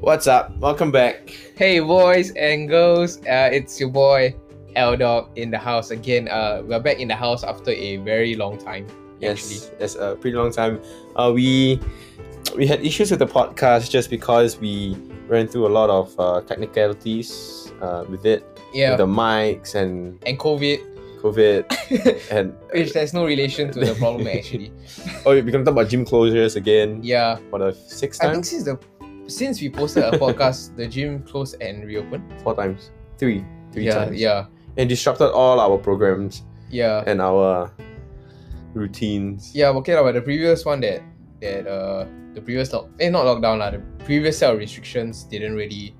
What's up? Welcome back. Hey boys and girls, uh, it's your boy L Dog in the house again. Uh, we're back in the house after a very long time. Yes, that's a pretty long time. Uh, we we had issues with the podcast just because we ran through a lot of uh, technicalities uh, with it, Yeah, with the mics and and COVID, COVID, and which there's no relation to the problem actually. oh, we can talk about gym closures again uh, Yeah, for the sixth I time, think since the since we posted a podcast, the gym closed and reopened. four times, three, three yeah, times, yeah, and disrupted all our programs yeah, and our routines. yeah. Okay, lah, but the previous one that that uh the previous lock eh not lockdown lah the previous set of restrictions didn't really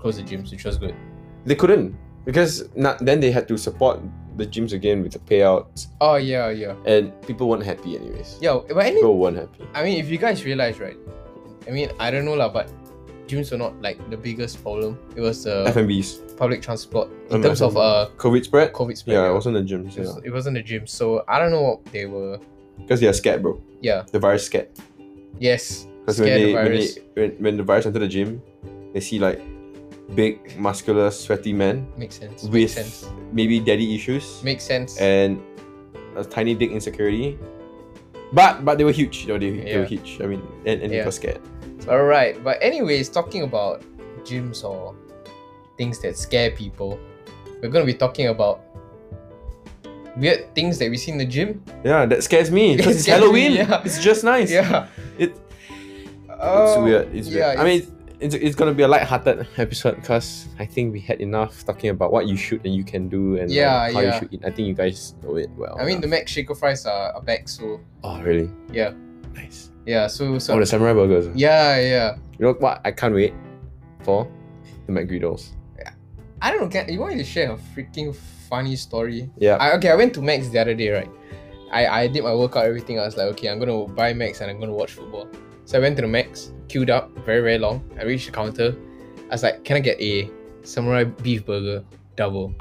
close the gyms, which was good. They couldn't because not, then they had to support the gyms again with the payouts, Oh yeah, yeah, and people weren't happy anyways. yeah. But any People weren't happy. I mean, if you guys realize, right? I mean, I don't know lah, but gyms were not like the biggest problem. It was uh, FMBs. public transport in Um, terms of uh COVID spread? COVID spread. Yeah, it yeah. wasn't the gyms. It was- Yeah. it wasn't the gym, so I don't know what they were. Because they are scared, bro. Yeah. The virus scared. Yes. Because when Scared they, the when, they virus. when, when the virus enter the gym, they see like big, muscular, sweaty men Makes sense. with Makes sense. maybe daddy issues Makes sense. and a tiny dick insecurity. But but they were huge. You know, they, they were Yeah. huge. I mean, and, and Yeah. people scared. All right, but anyways, talking about gyms or things that scare people, we're gonna be talking about weird things that we see in the gym. Yeah, that scares me. It Because it's scares me, Halloween. yeah. It's just nice. Yeah. It- It's Oh, weird. It's yeah, weird. I mean, it's, it's gonna be a light-hearted episode because I think we had enough talking about what you should and you can do and like, Yeah, how you yeah. should eat. I think you guys know it well. I mean, the enough. Mac Shaker fries are, are back, so oh really? Yeah. Nice. yeah, so so oh, the samurai burgers. Yeah. yeah, yeah. You know what? I can't wait for the McGriddles. I don't know. Can, you want me to share a freaking funny story? Yeah. I, okay, I went to Max the other day, right? I, I did my workout, everything. I was like, okay, I'm gonna buy Max and I'm gonna watch football. So I went to the Max, queued up very very long. I reached the counter. I was like, can I get a samurai beef burger double?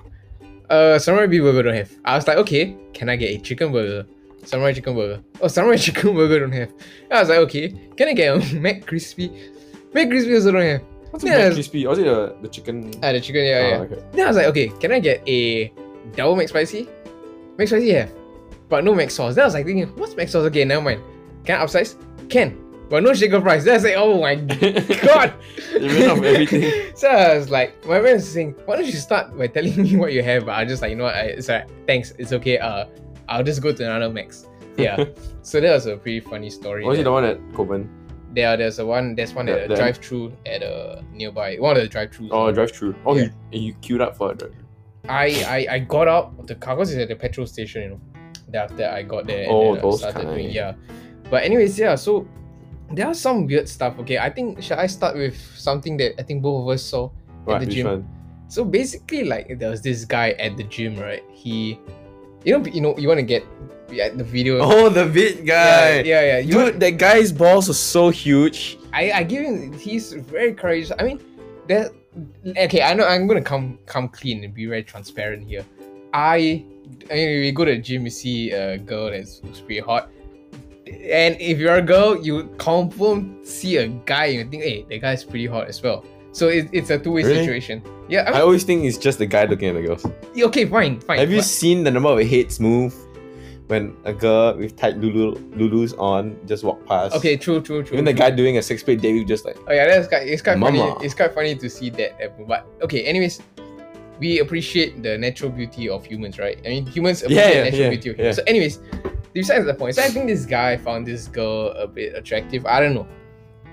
Uh, samurai beef burger don't have. I was like, okay, can I get a chicken burger? Samurai chicken burger. Oh, samurai chicken burger don't have. I was like, okay, can I get a Mac crispy? Mac crispy also don't have. What's Yeah. a McCrispy? Or is it the, the chicken? Ah, the chicken, yeah, yeah. Oh, okay. Then I was like, okay, can I get a double McSpicy? McSpicy have, but no Mac sauce. Then I was like thinking, what's Mac sauce? Okay, never mind. Can I upsize? Can, but no shaker fries. Then I was like, oh my god. They ran out of everything. so I was like, my friend was saying, why don't you start by telling me what you have? But I was just like, you know what, I, it's alright, thanks, it's okay. Uh, I'll just go to another Max. Yeah. so that was a pretty funny story. Or is it there. the one at Copen? There, there's a one. There's one Yeah, at a the- drive-through at a nearby. One of the drive-throughs. Oh, drive through. Oh, Yeah. you, you queued up for it. right? I, I I got out of the car because it's at the petrol station, you know. Then after I got there and Oh, then those I started doing kind. yeah. But anyways, yeah, so there are some weird stuff. Okay, I think shall I start with something that I think both of us saw Right, at the which gym. one? So basically, like there was this guy at the gym, right? He you know you know you wanna get yeah, the video Oh, the bit yeah, guy. yeah, yeah. You Dude, that guy's balls are so huge. I, I give him he's very courageous. I mean that okay, I know I'm gonna come come clean and be very transparent here. I I mean, we go to the gym, you see a girl that's looks pretty hot. And if you're a girl, you confirm see a guy and you think, hey, the guy's pretty hot as well. So it, it's a two-way Really? situation. Yeah, I I mean, always think it's just the guy looking at the girls. okay, fine, fine. Have you but- seen the number of hits move when a girl with tight lulu lulus on just walk past? okay, true, true, true. Even the true. guy doing a six plate debut just like Oh yeah, that's quite, it's quite Mama. funny. It's quite funny to see that happen. But okay, anyways, we appreciate the natural beauty of humans, right? I mean, humans appreciate yeah, natural yeah, beauty. Of humans. yeah. So, anyways, besides the point, so I think this guy found this girl a bit attractive. I don't know.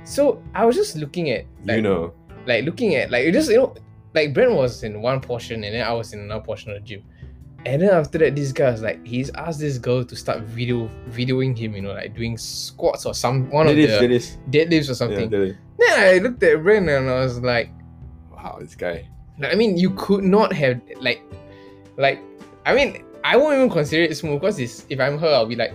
So I was just looking at, like, you know. like looking at, like it just you know, like Brent was in one portion and then I was in another portion of the gym. And then after that, this guy was like, he's asked this girl to start video videoing him, you know, like doing squats or some one Did of it, the did it. deadlifts or Yeah, something. did it. Then I looked at Ren and I was like, Wow, this guy. like, I mean, you could not have like, like, I mean, I won't even consider it smooth because it's, if I'm her, I'll be like,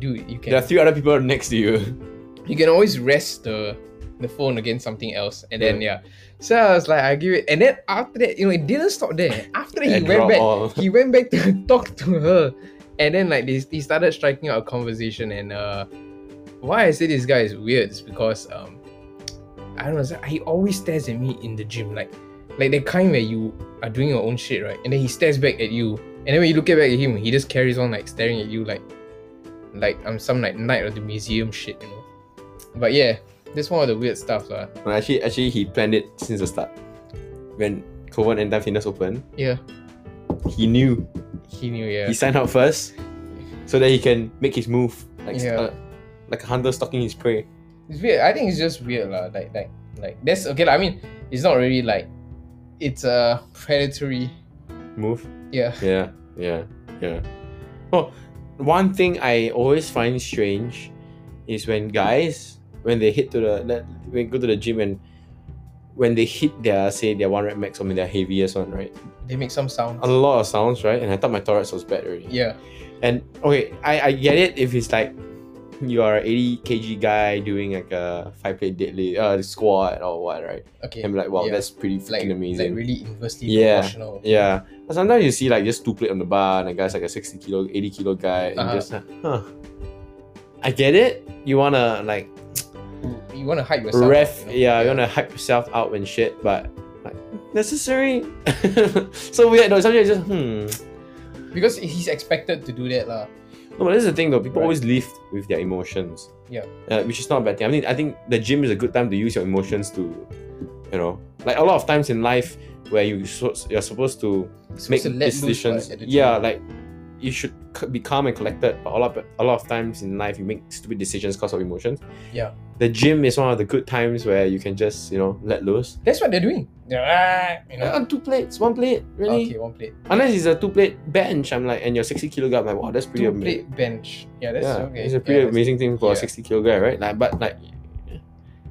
dude, you There are can three other people next to you. you can always rest the the phone against something else, and then yeah. So I was like, I give it, and then after that, you know, it didn't stop there. After that, he And went drop back, all. he went back to talk to her, and then like they, they started striking out a conversation. And uh, why I say this guy is weird is because um, I don't know. it's like, He always stares at me in the gym, like, like the kind where you are doing your own shit, right? And then he stares back at you, and then when you look at back at him, he just carries on like staring at you, like, like I'm some like knight of the museum shit, you know. But yeah, that's one of the weird stuff, lah. No, actually, actually, he planned it since the start. When Kovan and Time Fitness opened, Yeah, he knew he knew. Yeah, he signed up first, so that he can make his move, like Yeah. uh, like a hunter stalking his prey. it's weird. I think it's just weird, lah. Like, like, like that's okay. lah. I mean, it's not really like, it's a predatory. Move. Yeah. Yeah, yeah, yeah. Oh, one thing I always find strange is when guys when they hit to the that- when go to the gym and when they hit their say their one rep max or their heaviest one, right? They make some sound. A lot of sounds, right? And I thought my thorax was bad already. Yeah. And okay, I, I get it if it's like you are an 80 kg guy doing like a five plate deadlift, uh, squat or what, right? Okay. And I'm like, wow, Yeah. that's pretty like, freaking amazing. like really inversely Yeah. proportional. Yeah. But sometimes you see like just two plate on the bar and a guy's like a 60 kilo, 80 kilo guy and Uh-huh. just like, huh. I get it. You wanna like You want to hype yourself. up, ref you know? yeah, you wanna hype yourself out and shit, but like necessary. so weird though, sometimes you just hmm. Because he's expected to do that, lah. No, but this is the thing though, people Right. always live with their emotions. Yeah. Uh, which is not a bad thing. I mean I think the gym is a good time to use your emotions to you know like a lot of times in life where you so, you're supposed to Supposed make to let loose, decisions. right, at the gym. yeah, like you should c- be calm and collected. But a lot, of, a lot of times in life, you make stupid decisions because of emotions. Yeah. The gym is one of the good times where you can just you know let loose. That's what they're doing. They're, ah, you know. Uh, two plates, one plate, really. Okay, one plate. Unless it's a two plate bench, I'm like, and you're 60 kilo guy, I'm like, wow, that's pretty Two ama- plate bench. Yeah, that's yeah, okay. it's a Yeah, pretty that's- amazing thing for a yeah. 60 kilo guy, right? Like, but like,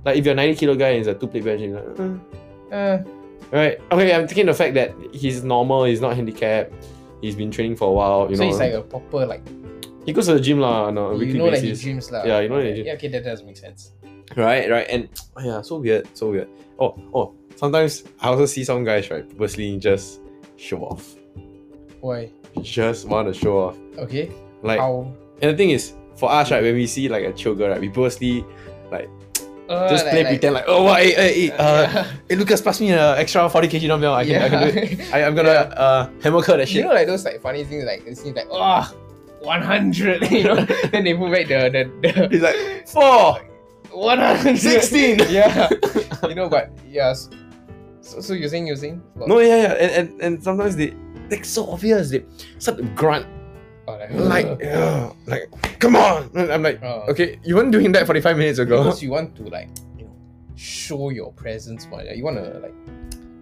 like if you're 90 kilo guy and it's a two plate bench, you're like, uh, Uh, right? Okay, I'm taking the fact that he's normal, he's not handicapped, he's been training for a while, you so know. it's like a proper like He goes to the gym lah on a you weekly know that he basis. dreams lah. Yeah, you know that he Okay, dreams. Yeah, okay, that does make sense. Right, right. And oh yeah, so weird, so weird. Oh, oh, sometimes I also see some guys, right, purposely just show off. Why? Just want to show off. Okay. Like, How? and the thing is, for us, right, when we see like a chill girl, right, we purposely Uh, just like- play like- pretend like, oh, wow, hey, hey, hey, Uh, uh, yeah. hey, Lucas, pass me an extra 40 kg dumbbell. I can, I can do it. I, I'm gonna Yeah. uh, hammer cut that shit. You know, like those like funny things, like it seems like oh, 100, you know. then they put back the the, the He's like, four, 100. 16. yeah, you know, but yes. So, so you're saying you're saying Well, No, yeah, yeah. And, and, and sometimes they, like, so obvious. They start to grunt, oh, like, like, ugh, like, come on. And I'm like, oh, Okay, you weren't doing that 45 minutes ago. Because you want to like you know show your presence, more. Like, you want to like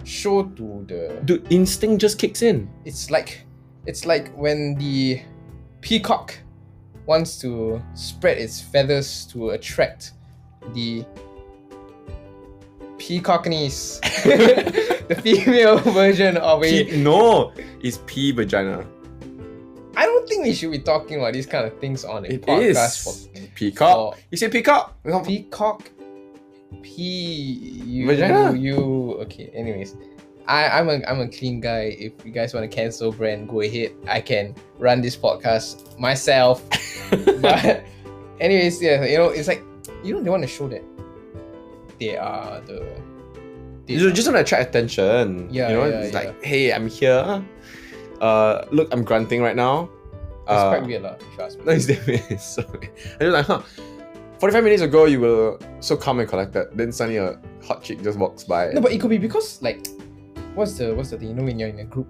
show to the. Dude, instinct just kicks in. It's like it's like when the peacock wants to spread its feathers to attract the peacockneys, the female version of a. Pee, no, it's pee vagina. I don't think we should be talking about these kind of things on a It is podcast for peacock. You say peacock? for peacock. P you, Vagina? you okay. Anyways, I I'm a I'm a clean guy. If you guys want to cancel brand, go ahead. I can run this podcast myself. but anyways, yeah, you know it's like you know they want to show that they are the. They You are- just want to attract attention. Yeah, you know, yeah, it's yeah. like, hey, I'm here. Uh, look, I'm grunting right now. it's uh, quite weird lah. if you ask me. No, it's damn weird. It's so weird. And you're like, huh? 45 minutes ago, you were so calm and collected. Then suddenly a hot chick just walks by. No, but it could be because like, what's the what's the thing? You know, when you're in a group,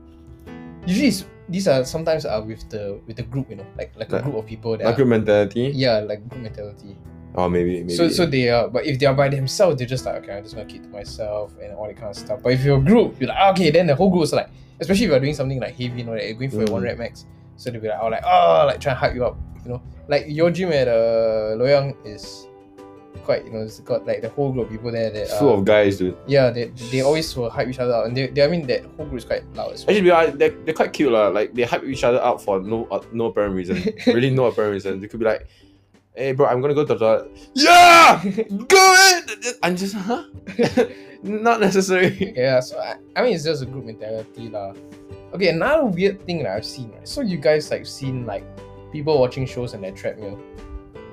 usually it's, these are sometimes are with the with the group. You know, like like a Like- group of people that. like are, your mentality. yeah, like group mentality. Oh, maybe, maybe. So so they are, but if they are by themselves, they're just like okay, I'm just gonna keep to myself and all that kind of stuff. But if you're a group, you're like "Ah, okay, then the whole group is like, especially if you're doing something like heavy, you know, like you're going for a one Mm. rep max. So they'll be like, oh, like oh, like try and hype you up, you know. Like your gym at uh, Loyang is quite, you know, it's got like the whole group of people there that full are, of guys, dude. yeah, they, they always will hype each other up, and they, they I mean that whole group is quite loud as well. Actually, we are, they're, they're quite cute, lah. Like they hype each other up for no uh, no apparent reason. really, no apparent reason. They could be like, "Hey, bro, I'm gonna go to the toilet." Yeah, go in. I'm just huh? Not necessary. Yeah, so I, I mean it's just a group mentality lah. Okay, another weird thing that I've seen, right? So you guys like seen like people watching shows on their treadmill.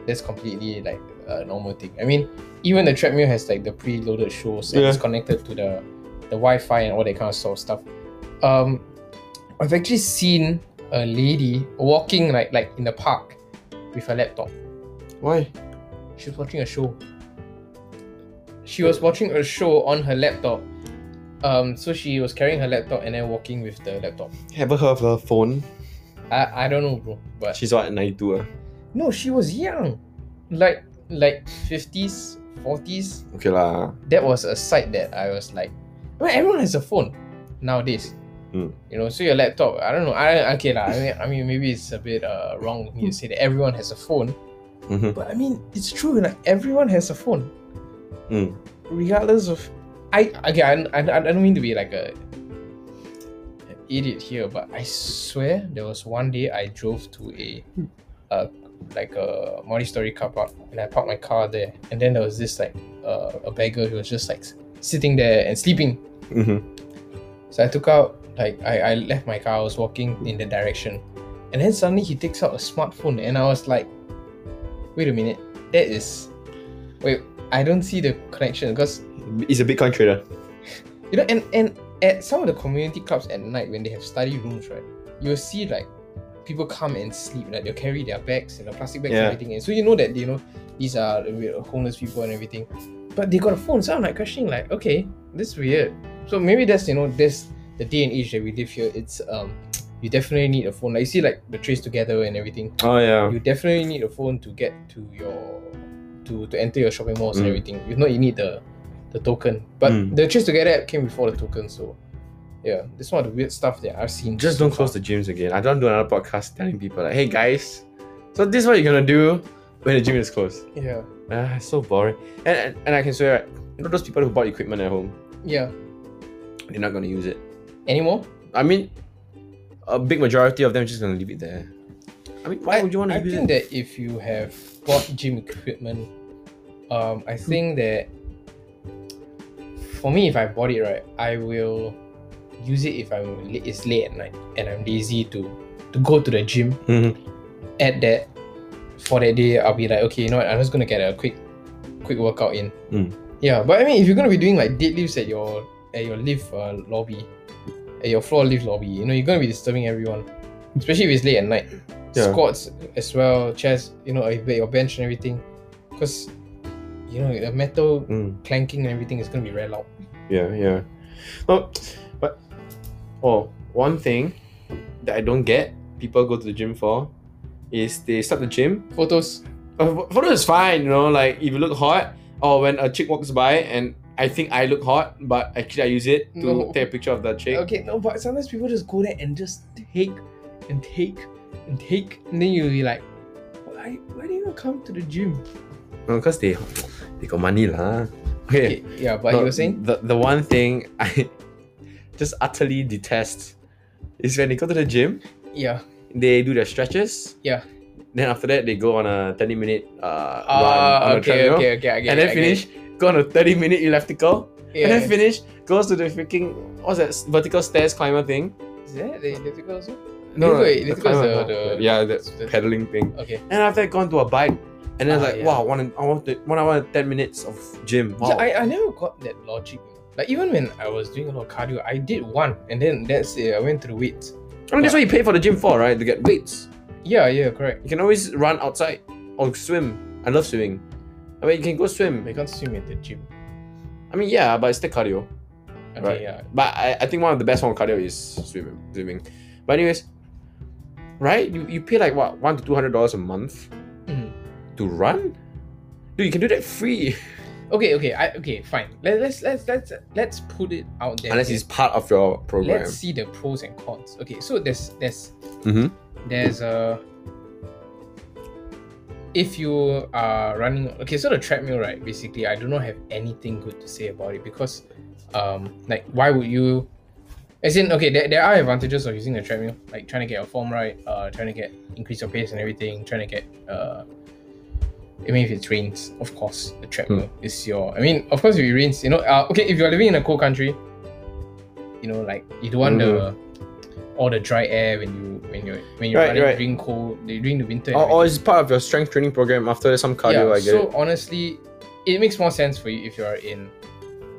that's completely like a normal thing. I mean, even the treadmill has like the preloaded shoes and Yeah. it's connected to the the Wi-Fi and all that kind of sort of stuff. Um, I've actually seen a lady walking like like in the park with her laptop. Why? She was watching a show. She was watching a show on her laptop. Um, so she was carrying her laptop and then walking with the laptop. Ever heard of her phone? I, I don't know, bro, but She's what, 92? ah? No, she was young. Like like fifties, forties. Okay lah. That was a sight that I was like, I mean, everyone has a phone nowadays. Mm. You know, so your laptop. I don't know. I okay lah. I mean, I mean, maybe it's a bit uh, wrong of me to say that everyone has a phone, Mhm. but I mean, it's true. Like everyone has a phone, Mm. regardless of. I okay. I, I, I don't mean to be like a an idiot here, but I swear there was one day I drove to a like a multi-story car park and I parked my car there and then there was this like uh, a beggar who was just like s- sitting there and sleeping Mhm. so I took out like I, I left my car I was walking in the direction and then suddenly he takes out a smartphone and I was like wait a minute that is wait I don't see the connection because He's a Bitcoin trader. you know and and at some of the community clubs at night when they have study rooms right you'll see like people come and sleep like they'll carry their bags and the plastic bags and Yeah. everything and so you know that you know these are the weird homeless people and everything but they got a phone so i'm like questioning like okay this is weird so maybe that's you know this the day and age that we live here it's um you definitely need a phone like you see like the trace together and everything Oh yeah. you definitely need a phone to get to your to to enter your shopping malls and Mm. everything. If not, you need the the token. But Mm. the Trace Together app came before the token, so yeah, that's one of the weird stuff that I've seen. Just don't close the gyms again. I don't do another podcast telling people like, hey guys, so this is what you're gonna do when the gym is closed. Yeah, Ah, it's so boring. And, and and I can swear, right, you know those people who bought equipment at home, yeah. they're not gonna use it. Anymore? I mean, a big majority of them just gonna leave it there. I mean, why would you want I to use think it? that if you have bought gym equipment, um, Hmm. I think that for me, if I bought it right, I will use it if I'm la- it's late at night and I'm lazy to to go to the gym. Mhm. at that for that day, I'll be like, okay, you know what? I'm just gonna get a quick, quick workout in. Mm. Yeah, but I mean, if you're gonna be doing like deadlifts at your at your lift uh, lobby, at your floor lift lobby, you know, you're gonna be disturbing everyone, especially if it's late at night. Yeah. Squats as well, chest, you know, if your bench and everything, because you know the metal Mm. clanking and everything is gonna be very loud. Yeah, yeah. Well, but oh, one thing that I don't get people go to the gym for is they start the gym. Photos. Uh, photo is fine, you know, like if you look hot or when a chick walks by and I think I look hot, but actually I use it to No. take a picture of that chick. Okay, no, but sometimes people just go there and just take and take and take, and then you'll be like, why, why do you come to the gym? because they they got money lah. Okay, Okay, yeah, but no, you were saying? the the one thing I just utterly detest is when they go to the gym Yeah. they do their stretches. Yeah. Then after that, they go on a 30 minute uh, run on Ah, a okay, treadmill, okay, okay, I get and it, then I get finish, go on a 30 minute elliptical, it. and Yeah. then finish, goes to the freaking, what's that, s- vertical stairs climber thing? Is that the elliptical also? No, no, Wait, the elliptical is climber, the- no, the- yeah, the the- pedaling thing. Okay. And after that, go on to a bike. And then Ah, it's like, yeah. wow, one, I want, to, one hour and 10 minutes of gym. Wow. Yeah, I, I never got that logic. you know. Like, even when I was doing a lot of cardio, I did one, and then that's it, I went to the weights. I mean, that's what you pay for the gym for, right? To get weights. Yeah, yeah, You correct. can always run outside or swim. I love swimming. I mean, you can go swim. They can't swim at the gym. I mean, yeah, but it's still cardio. Okay, Right. yeah. But I, I think one of the best form of cardio is swimming. Swimming. But anyways, right? You, you pay like what one to two hundred dollars a month Mhm. to run. Dude, you can do that free Okay, okay, I, okay, fine. Let, let's let's let's let's put it out there. unless it's part of your program. Let's see the pros and cons. Okay, so there's there's Mhm. there's a if you are running okay, so the treadmill, right? Basically, I do not have anything good to say about it because um like why would you as in okay there, there are advantages of using the treadmill, like trying to get your form right, uh trying to get increase your pace and everything, trying to get uh I mean, if it rains, of course, the treadmill Hmm. is your. I mean, of course, if it rains, you know. Uh, okay, if you are living in a cold country, you know, like you don't want the all the dry air when you when when you're when Mm-hmm. you're Right, running right. during cold during the winter. and Or, or everything. it's part of your strength training program. After that, some cardio, yeah, I get so it. honestly, it makes more sense for you if you are in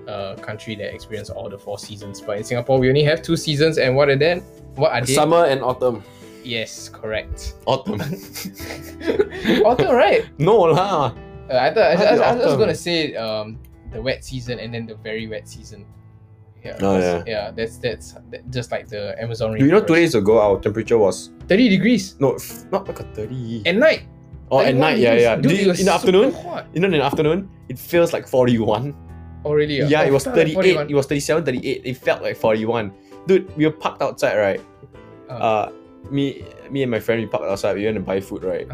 a country that experience all the four seasons. But in Singapore, we only have two seasons, and what are then? What are they? Summer and autumn. Yes, correct. Autumn. autumn, right? no lah. Uh, I thought I, How I, did I was autumn? gonna say um the wet season and then the very wet season. Yeah. Oh, yeah. Yeah, that's that's that, just like the Amazon. Do you know two rainforest. days ago our temperature was thirty degrees no f- not like a thirty. at night. oh, at 31 night, yeah, degrees. yeah. Dude, Do it you- was in the super afternoon, hot. you know, in the afternoon, it feels like forty-one. Oh really? Yeah, Oh, it was I thought like 38, 41. it was 37, 38. It felt like 41. Dude, we were parked outside, right? Uh. Uh, me me and my friend, we parked outside. We went to buy food, right?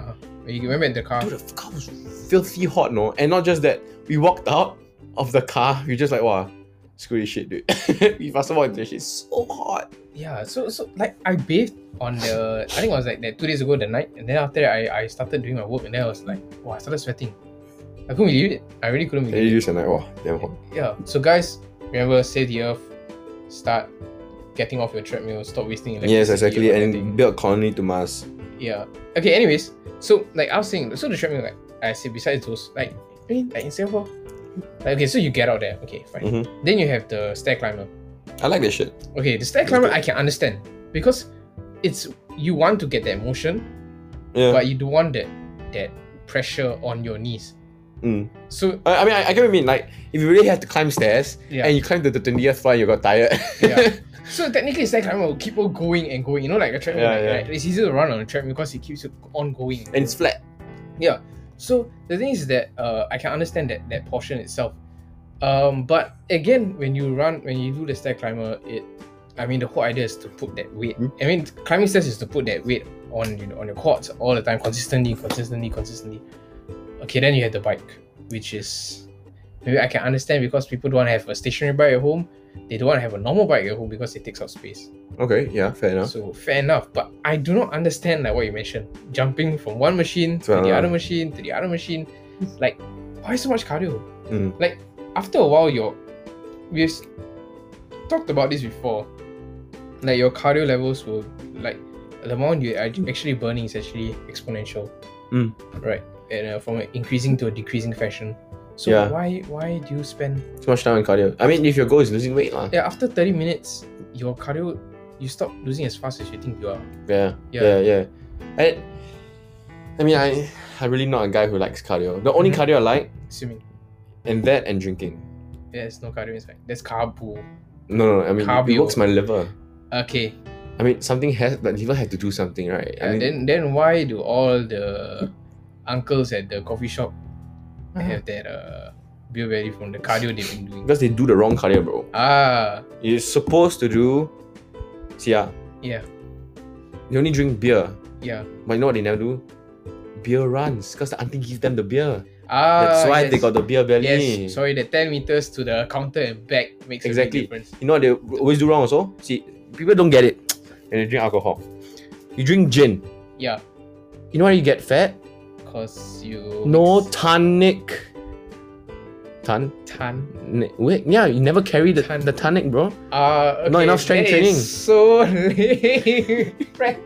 You remember in the car? Dude, the car was filthy hot, no? And not just that, we walked out of the car. We just like, wow, screw this shit, dude. we faster walked into the shit. So hot. Yeah, so so like I bathed on the I think it was like that two days ago the night and then after that I, I started doing my work and then I was like wow I started sweating. I couldn't believe it. I really couldn't And you believe just like, wow, damn hot. it. Yeah. So guys, remember save the earth, start getting off your treadmill, stop wasting electricity. Yes, exactly. on And everything. build colony to Mars. yeah. Okay, anyways, so like I was saying so the treadmill like I said besides those, like I mean like in Singapore. Like, okay, so you get out there, okay, fine. Mhm. Then you have the stair climber. I like that shit. Okay, the stair That's climber good. I can understand because it's you want to get that motion Yeah. but you don't want that that pressure on your knees. Mm. So I, I mean, I, I get what you mean. Like, if you really have to climb stairs yeah, and you climb to the 20th floor, you got tired. yeah. So technically, stair climber will keep on going and going. You know, like a treadmill. Yeah, like, yeah. like, it's easier to run on a treadmill because it keeps you on going. and it's flat. So the thing is that uh, I can understand that that portion itself. Um, but again, when you run, when you do the stair climber, it, I mean, the whole idea is to put that weight. Mm. I mean, climbing stairs is to put that weight on you know, on your quads all the time, consistently, consistently, consistently. Okay, then you have the bike, which is maybe I can understand because people don't want to have a stationary bike at home. They don't want to have a normal bike at home because it takes up space. Okay, yeah, fair enough. So fair enough, but I do not understand like what you mentioned, jumping from one machine to Fair the enough. other machine to the other machine. Like, why so much cardio? Mm. Like after a while, your we've s- talked about this before. Like your cardio levels will like the amount you are actually burning is actually exponential, Mm. right? And uh, from an increasing to a decreasing fashion. So Yeah. why why do you spend Too much time on cardio. I mean, if your goal is losing weight, lah. yeah after thirty minutes your cardio you stop losing as fast as you think you are. Yeah, yeah, Yeah. yeah. I, I mean, I, I'm really not a guy who likes cardio. The only Mhm. cardio I like, Assuming. and that and drinking. There's no cardio inside. There's carbo. No, no, I mean, it Cardio. works my liver. Okay. I mean, something has, the liver had to do something, right? I uh, mean, then then why do all the uncles at the coffee shop have that uh beer belly from the cardio they've been doing? because they do Uh-huh. the wrong cardio, bro. Ah, You're supposed to do, see, yeah, yeah, they only drink beer. yeah. But you know what they never do? Beer runs, because the auntie gives them the beer. Ah, That's why they yes. got the beer belly. Yes, sorry, the 10 meters to the counter and back makes Exactly. a big difference. You know what they always do wrong also? See, people don't get it when they drink alcohol. You drink gin. Yeah, You know why you get fat? because you. No mix tonic. Ton? Tan. Wait, yeah, you never carry the, Ton- the tonic, bro. Ah, okay, Not enough strength that training. is so lame, Frank.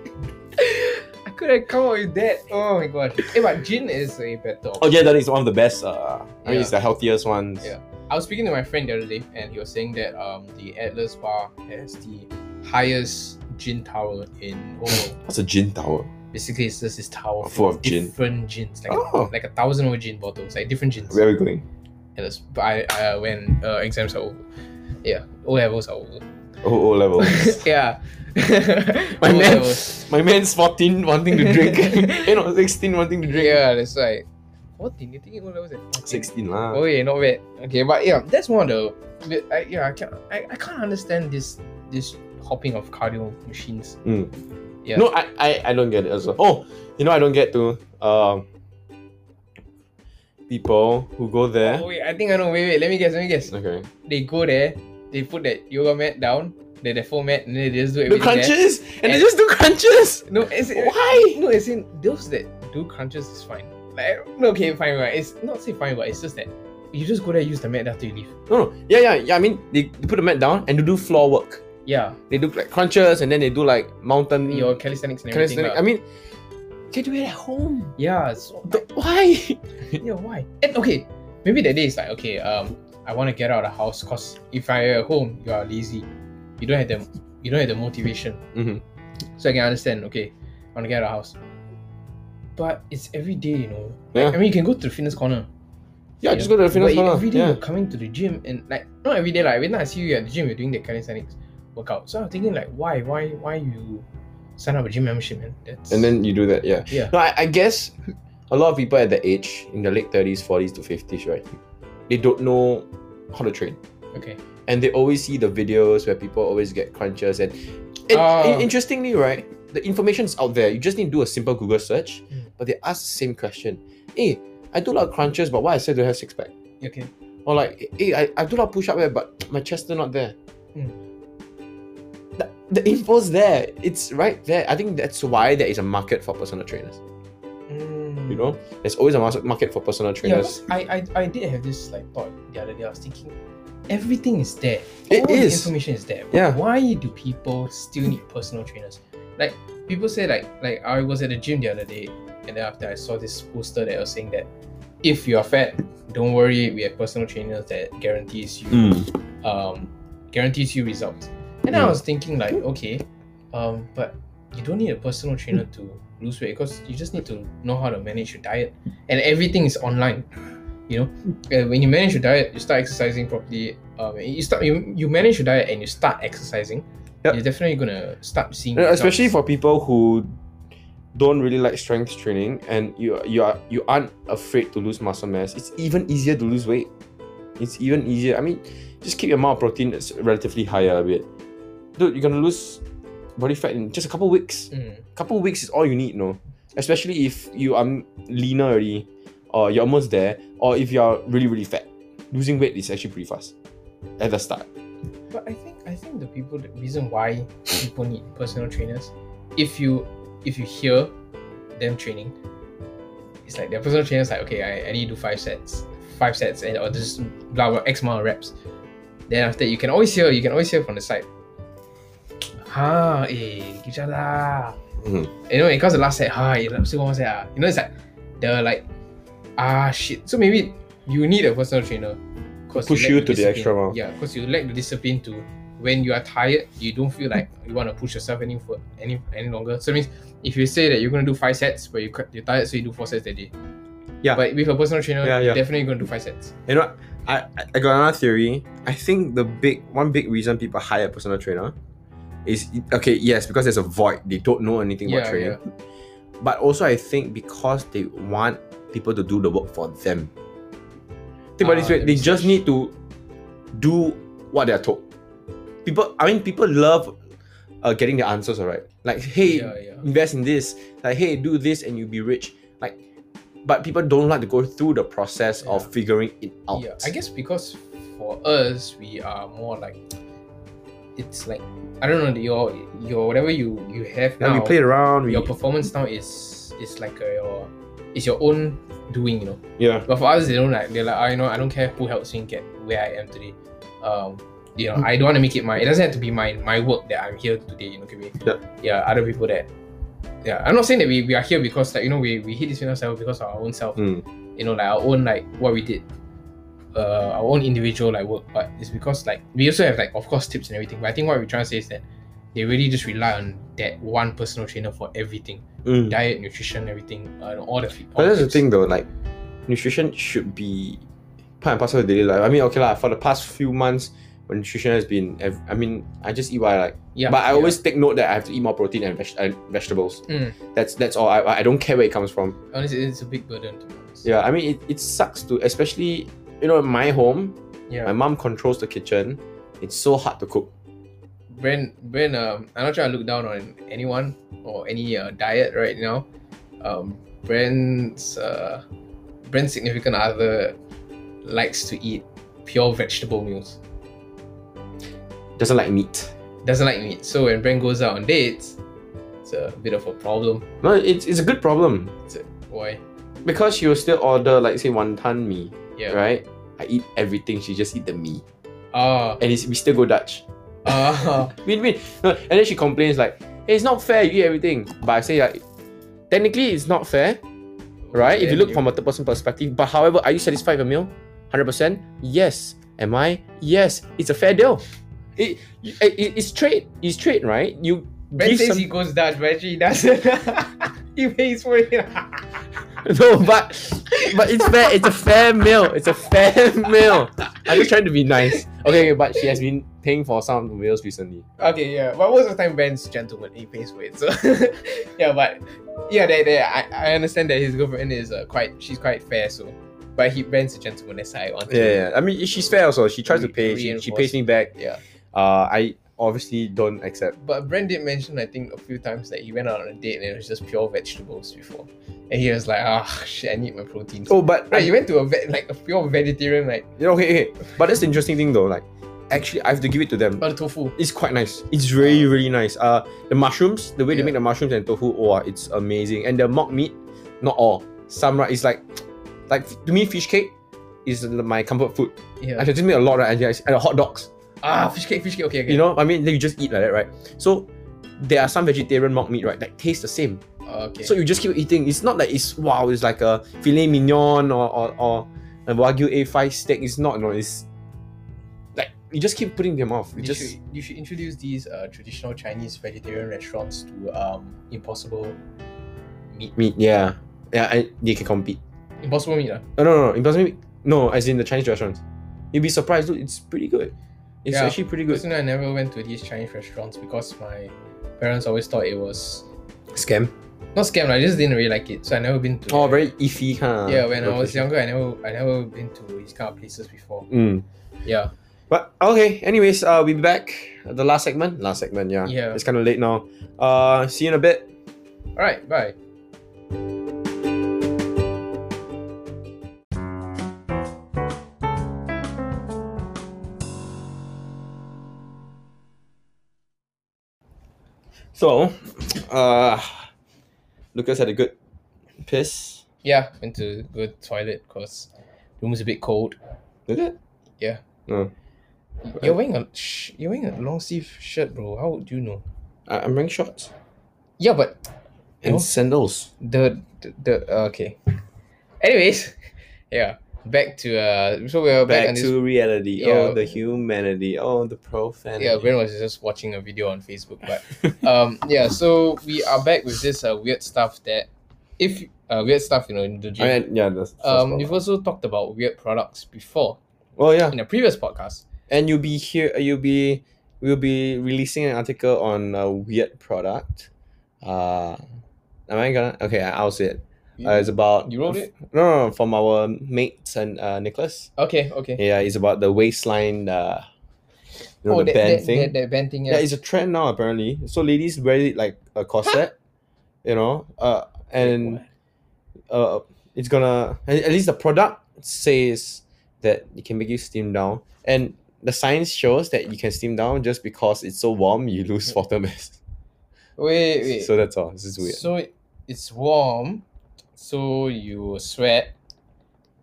I could have come up with that. Oh my god. Hey, but gin is a better option. Oh, yeah, that is one of the best. Uh, I mean, Yeah. it's the healthiest ones. Yeah. I was speaking to my friend the other day, and he was saying that um the Atlas Bar has the highest gin tower in whole. world. That's a gin tower. Basically, it's just this tower Full of gin. different gins, like Oh. like a thousand over gin bottles, like different gins. Where are we going? Atlas, but I, I when uh, exams are over, yeah, O levels are over. Oh, O level. yeah, My O man, levels. my man's 14 wanting to drink. you know, 16 wanting to drink. Yeah, that's right. What did you think O levels at 14? 16 lah. Oh yeah, not bad. Okay, but yeah, that's one of the. the- I, yeah, I can't. I, I can't understand this this hopping of cardio machines. Hmm. yeah. No, I, I, I don't get it as well. Oh, you know I don't get to um people who go there. Oh wait, I think I know. Wait, wait. Let me guess. Let me guess. Okay. They go there. They put that yoga mat down. They the foam mat, and then they just do Do everything there. crunches and they And- just do crunches. No, it's Why? No, it's in those that do crunches is fine. Like no, okay, fine, right? It's not say fine, but it's just that you just go there, use the mat after you leave. No, no. Yeah, yeah, yeah. I mean, they, they put the mat down and they do floor work. Yeah, They do like crunches and then they do like mountain your calisthenics and everything. calisthenics. lah. Hmm. I mean, they do it at home. yeah, so, The- why? yeah, why? And okay, maybe that day is like okay, um, I want to get out of the house because if I at home, you are lazy, you don't have the you don't have the motivation. Mhm. So I can understand. Okay, I want to get out of the house, but it's every day, you know. Yeah. I mean, you can go to the fitness corner. Yeah, just go to the fitness But corner. Every day yeah. you're coming to the gym and like not every day like every time I see you at the gym you're doing the calisthenics workout. So I'm thinking like why why why you sign up a gym membership man? That's And then you do that, yeah. yeah No, I, I guess a lot of people at the age in the late thirties, forties to fifties, right? They don't know how to train, okay and they always see the videos where people always get crunches. And, and Ah. in- interestingly, right, the information's out there. You just need to do a simple Google search, Mm. but they ask the same question. Hey, I do a lot of crunches, but why I said to have six pack? okay Or like, hey, I, I do a lot of push up there, but my chest is not there. Mm. The, the info's there. It's right there. I think that's why there is a market for personal trainers Mm. you know there's always a mas- market for personal yeah trainers 'cause I, I I did have this like thought the other day I was thinking everything is there It all is. the information is there Yeah. why do people still need personal trainers like people say like like I was at the gym the other day and then after I saw this poster that was saying that if you are fat don't worry we have personal trainers that guarantees you um, guarantees you results. And I Mm. was thinking like, okay, um, but you don't need a personal trainer to lose weight because you just need to know how to manage your diet, and everything is online. You know, Uh, when you manage your diet, you start exercising properly. Um, you start you, you manage your diet and you start exercising. Yep. You're definitely gonna start seeing. Yeah, especially results. for people who don't really like strength training and you you are you aren't afraid to lose muscle mass it's even easier to lose weight it's even easier i mean just keep your amount of protein that's relatively higher a bit dude you're gonna lose body fat in just a couple weeks Mm, couple weeks is all you need no especially if you are leaner already or you're almost there or if you're really really fat losing weight is actually pretty fast at the start but I think I think the people the reason why people need personal trainers, if you if you hear them training, it's like their personal trainers like okay I, I need to do five sets, five sets and or just blah blah x amount of reps. Then after that, you can always hear you can always hear from the side. Ha eh give each other. Mhm. You know when it comes to last set ha eh still one more set ah. You know it's like the like ah shit. So maybe you need a personal trainer. 'cause Push lack you to the discipline. extra mile. Yeah, because you lack the discipline to when you are tired, you don't feel like you want to push yourself any for any any longer. So it means if you say that you're gonna do five sets, but you cut- you're tired, so you do four sets a day. Yeah. But with a personal trainer, Yeah, yeah. you're definitely gonna do five sets. you know I, I- I got another theory i think the big one big reason people hire a personal trainer is okay yes because there's a void they don't know anything about training Yeah, but also i think because they want people to do the work for them think about Ah, this way the they just need research. to do what they're told people i mean people love uh, getting the answers all right like hey Yeah, yeah. invest in this like hey do this and you'll be rich like but people don't like to go through the process Yeah. of figuring it out Yeah, I guess because for us, we are more like it's like I don't know your your whatever you you have Then now. we played around we, your performance now is is like a, your it's your own doing, you know. yeah But for others, they don't like. They're like, oh, you know, I don't care who helps me get where I am today. Um, you Hmm. know, I don't want to make it my. It doesn't have to be my my work that I'm here today. You know, could be Yeah. yeah, other people that. Yeah, I'm not saying that we, we are here because like you know we, we hit this fitness level because of our own self. Mm. You know, like our own like what we did, uh, our own individual like work. But it's because like we also have like of course tips and everything. But I think what we're trying to say is that they really just rely on that one personal trainer for everything, Mm. diet, nutrition, everything, uh, all the. all but that's the tips. thing though like nutrition should be part and parcel of daily life i mean okay lah, for the past few months when nutrition has been ev- i mean i just eat what i like Yeah, but i yeah. always take note that i have to eat more protein and, veg- and vegetables Mm. that's that's all I, I don't care where it comes from Honestly, it's a big burden to be honest. Yeah, I mean, it, it sucks to, especially, you know, in my home, my Yeah. mom controls the kitchen. It's so hard to cook. Brand, Brand, um, I'm not trying to look down on anyone or any uh, diet right now. Um, Brand's, uh, Brand's significant other likes to eat pure vegetable meals. Doesn't like meat. Doesn't like meat. So when Brand goes out on dates, it's a bit of a problem. No, it's, it's a good problem Why? because she will still order, like, say, wonton mee, Yeah. right? I eat everything. She just eat the mee, Ah, and it's, we still go Dutch. And Uh, Win win. No, and then she complains like, hey, it's not fair. You eat everything. But I say like, technically it's not fair, right? if you then look from a third person perspective. But however, are you satisfied with a meal? Hundred percent. Yes. Am I? Yes. It's a fair deal. It, you- it- it- it's trade. It's trade, right? You Ben give says some- he goes Dutch, but actually he doesn't. he pays for it. no, but but it's fair. It's a fair meal. It's a fair meal. I'm just trying to be nice. Okay, okay, but she has been paying for some meals recently. Okay, yeah. But most of the time, Ben's gentleman. He pays for it. So, yeah, but yeah, they, they, I, I understand that his girlfriend is uh, quite. She's quite fair. So, but he Ben's a gentleman. That's how I want. Yeah, yeah. I mean, she's fair also. She tries to Re- pay. She, she reinforce. pays me back. yeah. Uh, I obviously don't accept. But Brent did mention, I think, a few times that he went out on a date and it was just pure vegetables before, and he was like, "Ah, shit, I need my protein." Oh, but Right, you went to a vet, like a pure vegetarian, like you know, okay, okay. But that's the interesting thing though. Like, actually, I have to give it to them. but tofu. It's quite nice. It's really, Uh, really nice. Uh, the mushrooms, the way they Yeah. make the mushrooms and tofu, oh, it's amazing. And the mock meat, not all. Some right, it's like, like to me, fish cake is my comfort food. I Yeah. can just make a lot, right? And, just- and hot dogs. Ah, fish cake, fish cake. Okay, okay. You know, I mean, then you just eat like that, right? So there are some vegetarian mock meat, right, that taste the same. Oh, Okay. So you just keep eating. It's not like it's wow, it's like a filet mignon or or, or a wagyu A5 steak. It's not, no, it's like you just keep putting them off. You you just should you should introduce these uh, traditional Chinese vegetarian restaurants to um impossible meat. meat, yeah, yeah, and they can compete. Impossible meat, uh. Oh, no, no, no, it doesn't mean no, as in the Chinese restaurants. You'd be surprised, dude. It's pretty good. It's Yeah. actually pretty good. Personally, I never went to these Chinese restaurants because my parents always thought it was Scam. not scam. I just didn't really like it, so I never been to. Oh, very iffy kind of. yeah, when I was younger, I never, I never been to these kind of places before. Mm. Yeah, But okay, anyways, uh, we'll be back. The last segment. Last segment, yeah. Yeah. It's kind of late now. Uh, see you in a bit. all right, bye. So, uh, Lucas had a good piss. Yeah, went to go to toilet because room was a bit cold. Did it? Yeah. No. You're wearing a sh- you're wearing a long sleeve shirt, bro. How do you know? I- I'm wearing shorts Yeah, but and No. sandals. the the, the uh, okay. Anyways, yeah, back to uh, so we are back, Back on this. to reality. Yeah. Oh, the humanity. Oh, the profanity. Yeah, Brent was just watching a video on Facebook, but um, yeah. So we are back with this uh, weird stuff that if uh, weird stuff you know in the gym. I mean, Oh, yeah. That's, that's um, what- we've also talked about weird products before oh yeah, in a previous podcast. and you'll be here. uh, You'll be. We'll be releasing an article on a weird product. Uh, am I gonna? Okay, I- I'll say it. Uh, it's about you wrote it? No, no, no, from our mates and uh, Nicholas. okay, okay. Oh, Yeah, it's about the waistline. Uh, you know the band that, thing. That, that band thing, yeah. yeah. it's a trend now apparently. So ladies wear it like a corset, you know. Uh, and uh, it's gonna at at least the product says that it can make you steam down, and the science shows that you can steam down just because it's so warm you lose water mass. wait, wait. So that's all. This is weird. So it- it's warm, so you sweat,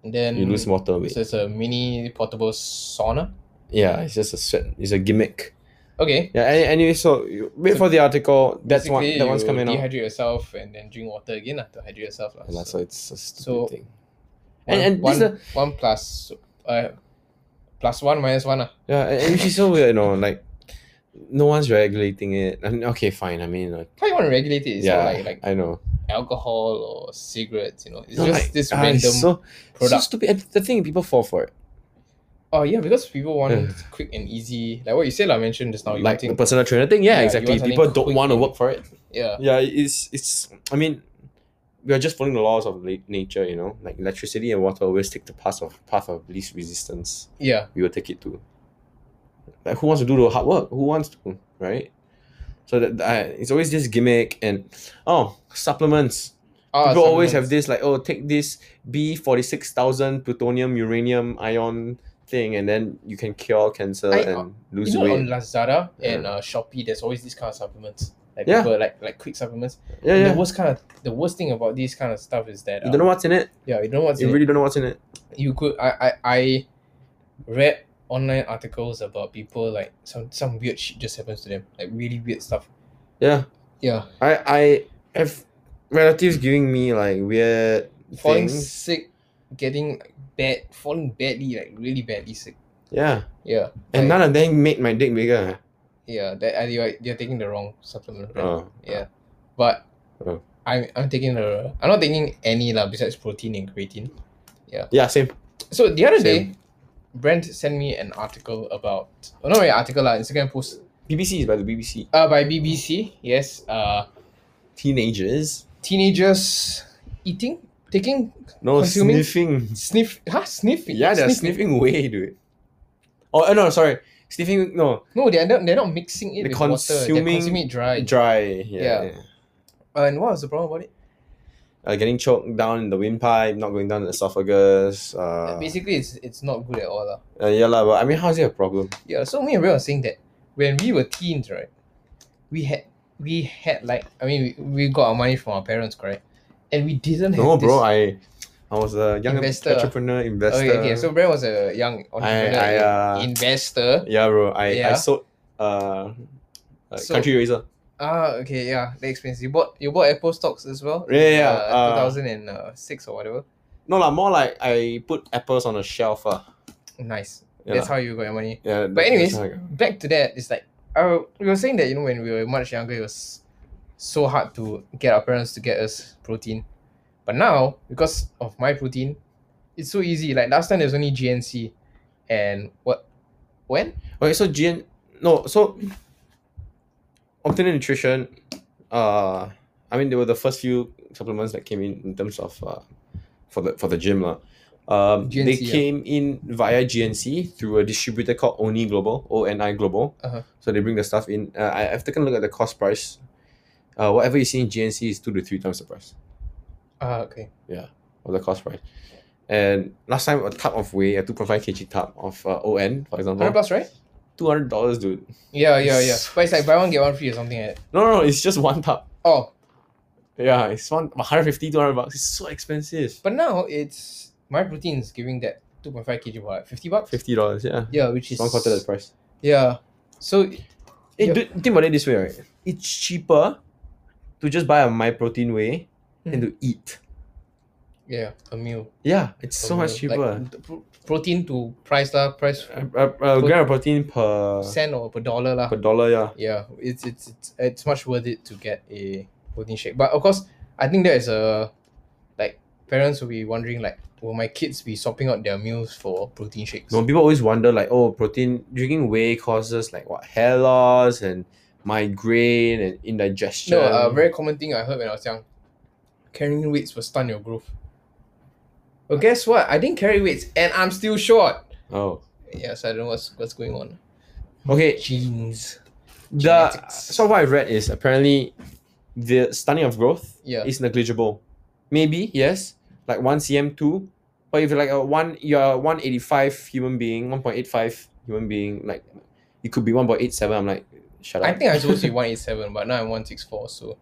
and then you lose water weight. So it's a mini portable sauna. Yeah, it's just a sweat. It's a gimmick. Okay. Yeah. Any, anyway, so you- wait So for the article. That's one. basically That one's you coming out. Dehydrate yourself and then drink water again lah to hydrate yourself. lah. And that's So why it's a stupid So- thing. one, And and one, this is the- one plus uh, plus one minus one. ah. yeah, and and which is so weird, you know, like no one's regulating it. And okay, fine. I mean, like, How you want to regulate it? It's yeah, not like like I know. alcohol or cigarettes. You know, it's No, just like, this ah, random. it's so, so product. stupid. And the thing people fall for it, Oh yeah, because people want Yeah. quick and easy. Like what you said, I mentioned just now. Oh, You like think, the personal trainer thing. Yeah, Yeah, you exactly. want something People don't quick want to and- work for it. yeah, Yeah, it's it's. I mean, we are just following the laws of na- nature. You know, like electricity and water always take the path of path of least resistance. yeah. we will take it to. Like who wants to do the hard work? Who wants to, right? So that I, it's always this gimmick and oh supplements. Ah, People always have supplements. this like oh take this B forty six thousand plutonium uranium ion thing and then you can cure cancer I- and lose You know, on weight. Lazada and uh, Shopee, there's always these kind of supplements. Like Yeah. people like like quick supplements. Yeah, And yeah. The worst kind of the worst thing about these kind of stuff is that um, You don't know what's in it. Yeah, you don't know what's You in really don't know what's in it. it. You could I I, I read online articles about people like some some weird shit just happens to them, like really weird stuff. Yeah. Yeah, I I have relatives giving me like weird falling things. sick, getting like, bad, falling badly, like really badly sick. Yeah. Yeah, And like, none of them made my dick bigger. yeah, that uh, you're, you're taking the wrong supplement. right? Oh. Yeah, but Oh. I'm I'm taking the I'm not taking any lah besides protein and creatine. Yeah, same. So the other day, Same. Brent sent me an article about oh no, an article lah, Instagram post BBC is by the BBC. uh by BBC. Yes, uh, Teenagers. teenagers eating, taking, No Consuming- sniffing. sniff, huh, sniffing. Yeah, they're sniffing sniffing. away, dude. Oh uh, no, sorry. Sniffing no No, they're not. They're not mixing it They're with water. They're consuming consuming it dry. dry. Yeah. Yeah. yeah. Uh, and what was the problem about it? Uh, getting choked down in the windpipe, not going down the esophagus. Uh, Basically, it's it's not good at all lah. uh, yeah, lah. but I mean, how's it a problem? Yeah. So me and Ray were saying that when we were teens, right, we had we had like I mean we, we got our money from our parents, correct, and we didn't have No, this. bro, I I was a young Investor. entrepreneur investor. Okay, okay. So Brent was a young entrepreneur I, uh, investor. yeah, bro, I I Yeah. sold uh, uh So- country razor. Ah, okay, yeah. That explains. You bought you bought Apple stocks as well. Yeah, yeah, yeah, Uh, uh, two thousand and six or whatever. No, lah, more like I put apples on a shelf. Uh. Nice. Yeah, That's lah. how you got your money. yeah, But that- anyways, that's how I got- back to that. It's like uh, we were saying that you know when we were much younger, it was so hard to get our parents to get us protein, but now because of my protein, it's so easy. Like last time, there was only GNC, and what, when? Okay, so GN no, so Optimum Nutrition, uh I mean they were the first few supplements that came in in terms of uh for the for the gym lah. Um, they GNC, yeah. came in via GNC through a distributor called Oni Global, O N I Global. Uh-huh. So they bring the stuff in. Uh, I, I've taken a look at the cost price. Uh, whatever you see in GNC is two to three times the price Ah, okay. of the cost price. And last time a tub of whey, a two point five kg tub of uh, ON, for Hundred example, plus, right? two hundred dollars, dude. Yeah, yeah, yeah. But it's like buy one get one free or something like that. No, no, no, it's just one tub. Oh, Yeah, it's one 150, 200 bucks. It's so expensive. but now it's my protein is giving that two point five kg for like fifty bucks. Fifty dollars, yeah. Yeah, which is It's one quarter the price. Yeah. So Hey, Yeah. dude, think about it this way, right? It's cheaper to just buy a my protein whey and to eat. yeah, a meal. Yeah, it's so a much meal. cheaper. Like, the pro- protein to price lah, price a, a, a gram of protein per cent or per dollar lah. per dollar, yeah. yeah, it's it's it's it's much worth it to get a protein shake. But of course, I think there is a like parents will be wondering like, will my kids be swapping out their meals for protein shakes? No, people always wonder like, oh, protein drinking whey causes like what hair loss and migraine and indigestion. No, a very common thing I heard when I was young. Carrying weights will stun your growth. Well, guess what? I didn't carry weights and I'm still short. oh. Yeah, so I don't know what's what's going on. Okay, Genes. the Genetics. so what I've read is apparently the stunning of growth Yeah. is negligible. Maybe, yes, like 1 cm, 2. But if you're like a one, you're a 185 human being, 1.85 human being, like you could be 1.87. I'm like, shut up. I think I was supposed to be 187, but now I'm 164, so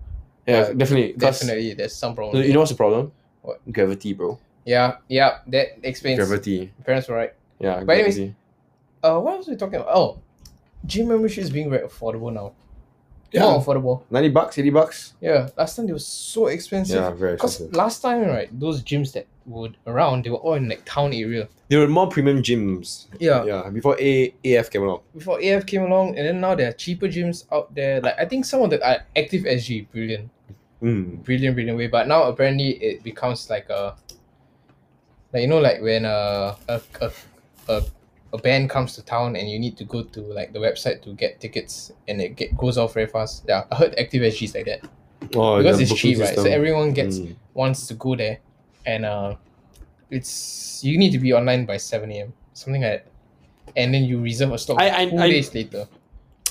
yeah, uh, definitely. 'cause- definitely there's some no, problem. You know what's the problem? What? Gravity, bro. Yeah, yeah, that explains. Gravity. Parents were right. Yeah, But anyways- gravity. Uh, what else we talking about? Oh, gym membership is being very affordable now. Yeah. More affordable. 90 bucks, 80 bucks. Yeah, last time they were so expensive. Yeah, very Because expensive. last time, right, those gyms that were around, they were all in like town area. There were more premium gyms. Yeah, before A- AF came along. Before AF came along, and then now there are cheaper gyms out there. Like I think some of the uh, active SG, brilliant, Mm. brilliant, brilliant way. But now apparently it becomes like a, like you know, like when uh, a a a a band comes to town and you need to go to like the website to get tickets, and it get, goes off very fast. Yeah, I heard active SG is like that Oh, because the it's booking cheap, right? So system. everyone gets Mm. wants to go there, and uh, it's you need to be online by seven a.m. something like that, and then you reserve a slot I- I- two I- days later.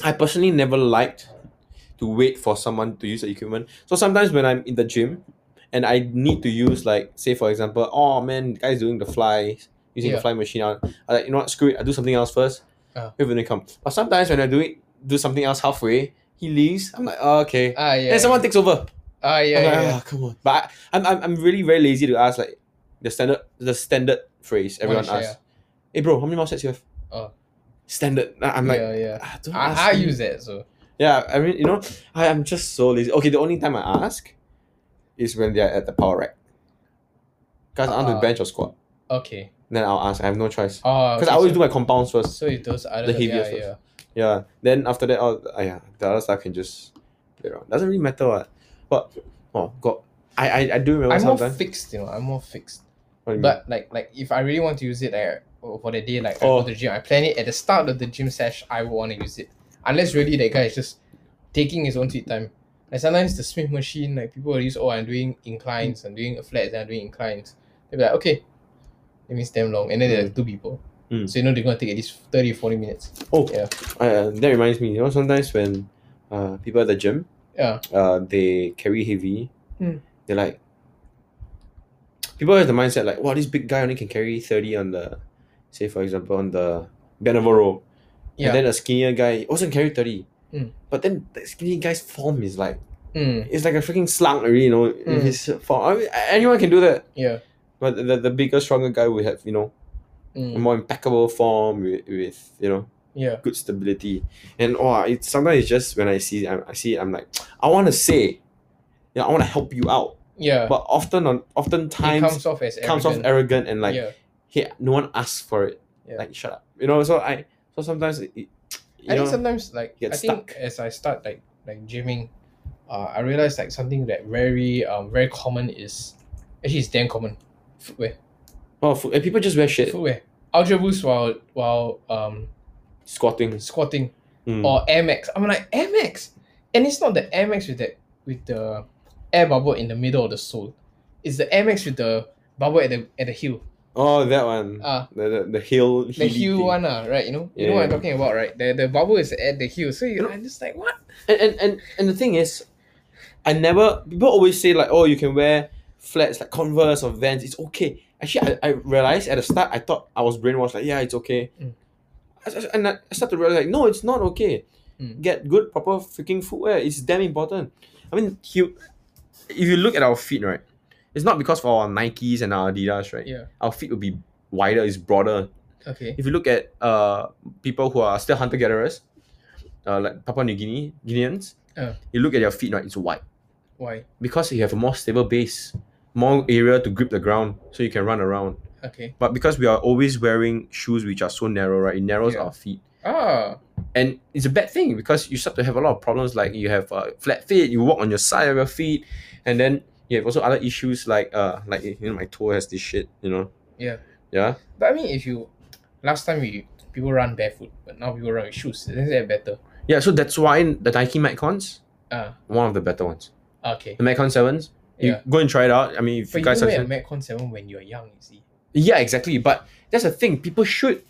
I personally never liked to wait for someone to use the equipment. So sometimes when I'm in the gym and I need to use like say for example, oh man, the guy's doing the fly using Yeah. the fly machine out. I like, you know what, screw it, I do something else first. Ah. Wait when they come. But sometimes when I do it do something else halfway, he leaves. I'm like, oh, okay. Ah yeah, and someone takes over. ah yeah, I'm yeah, like, yeah. "Ah, come on. But I, I'm, I'm I'm really very lazy to ask like the standard the standard phrase everyone Wanna share? asks. Hey bro, how many more sets you have? Oh. standard. I- I'm like, yeah, yeah. "Ah, don't ask I, I me." use that so. Yeah, I mean, you know, I am just so lazy. Okay, the only time I ask is when they're at the power rack. Because I'm the Ah. bench or squat. Okay. Then I'll ask. I have no choice. Oh, Because okay, I always so, do my compounds first. So it does other the heaviest yeah, ones. yeah. Yeah. Then after that, all, uh, yeah, the other stuff can just play around. Doesn't really matter what. But oh god, I I, I do remember I'm more sometimes. Mm. fixed, you know. I'm more fixed. What do you mean? But like, like if I really want to use it, like uh, for for the day, like I Oh. go to the gym, I plan it at the start of the gym sesh. I want to use it, unless really that guy is just taking his own sweet time. Like sometimes the Smith machine, like people will use, oh, I'm doing inclines, I'm doing a flat, I'm doing inclines. They'll be like, okay, it means damn long, and then there are two people, Mm. so you know they're gonna take at least 30, 40 minutes. oh yeah. uh, that reminds me. You know, sometimes when uh people at the gym Yeah, uh they carry heavy, Mm. they're like. People have the mindset like, wow, this big guy only can carry thirty on the, say for example on the Benevolo row, yeah. and then a skinnier guy also can carry thirty. Mm. But then the skinny guy's form is like Mm, it's like a freaking slung already, you know. Mm. His form, I mean, anyone can do that. yeah. But the, the bigger, stronger guy will have, you know, a Mm, more impeccable form with, with you know, yeah. good stability. And oh, it's sometimes it's just when I see I, I see it, I'm like, I want to say, you know, I want to help you out. Yeah. But often on oftentimes it comes, comes off as off arrogant. arrogant and like, yeah. hey, no one asks for it. Yeah. Like shut up, you know. So I so sometimes it, it- you I know, think sometimes like get I think stuck. as I start like like gymming, uh, I realized like something that very um very common is actually it's damn common footwear oh, fu- and people just wear shit footwear ultra boost while while um squatting. squatting Mm. or Air Max. I'm like Air Max, and it's not the Air Max with that with the air bubble in the middle of the sole. It's the Air Max with the bubble at the at the heel. oh, that one. Ah. the the, the heel. The heely heel thing. one, uh, right? You know, you know what I'm Yeah. talking about, right? The the bubble is at the heel, so you're just like, what? and, and and and the thing is, I never people always say like, oh, you can wear flats like Converse or Vans. It's okay. Actually, I, I realized at the start I thought I was brainwashed. Like, yeah, it's okay. Mm. I- I- And I start to realize like, no, it's not okay. Mm. Get good proper freaking footwear. It's damn important. I mean, you, if you look at our feet, right? It's not because of our Nikes and our Adidas, right? Yeah. Our feet will be wider. It's broader Okay. if you look at uh people who are still hunter gatherers, uh, like Papua New Guinea Guineans, Uh. you look at their feet, right? It's wide Why? because you have a more stable base, more area to grip the ground, so you can run around. Okay. But because we are always wearing shoes which are so narrow, right? It narrows Yeah. our feet, Ah. and it's a bad thing because you start to have a lot of problems. Like you have uh, flat feet, you walk on your side of your feet, and then you have also other issues like uh like you know my toe has this shit, you know. Yeah. Yeah. But I mean, if you last time you people run barefoot, but now people run with shoes. Isn't that better? Yeah. So that's why the Nike Metcons, Ah, one of the better ones. okay. the Metcon Sevens. You Yeah. go and try it out. I mean, if you But you guys can have, wear a Metcon Seven when you're young, you see. yeah, exactly. But that's the thing. People should,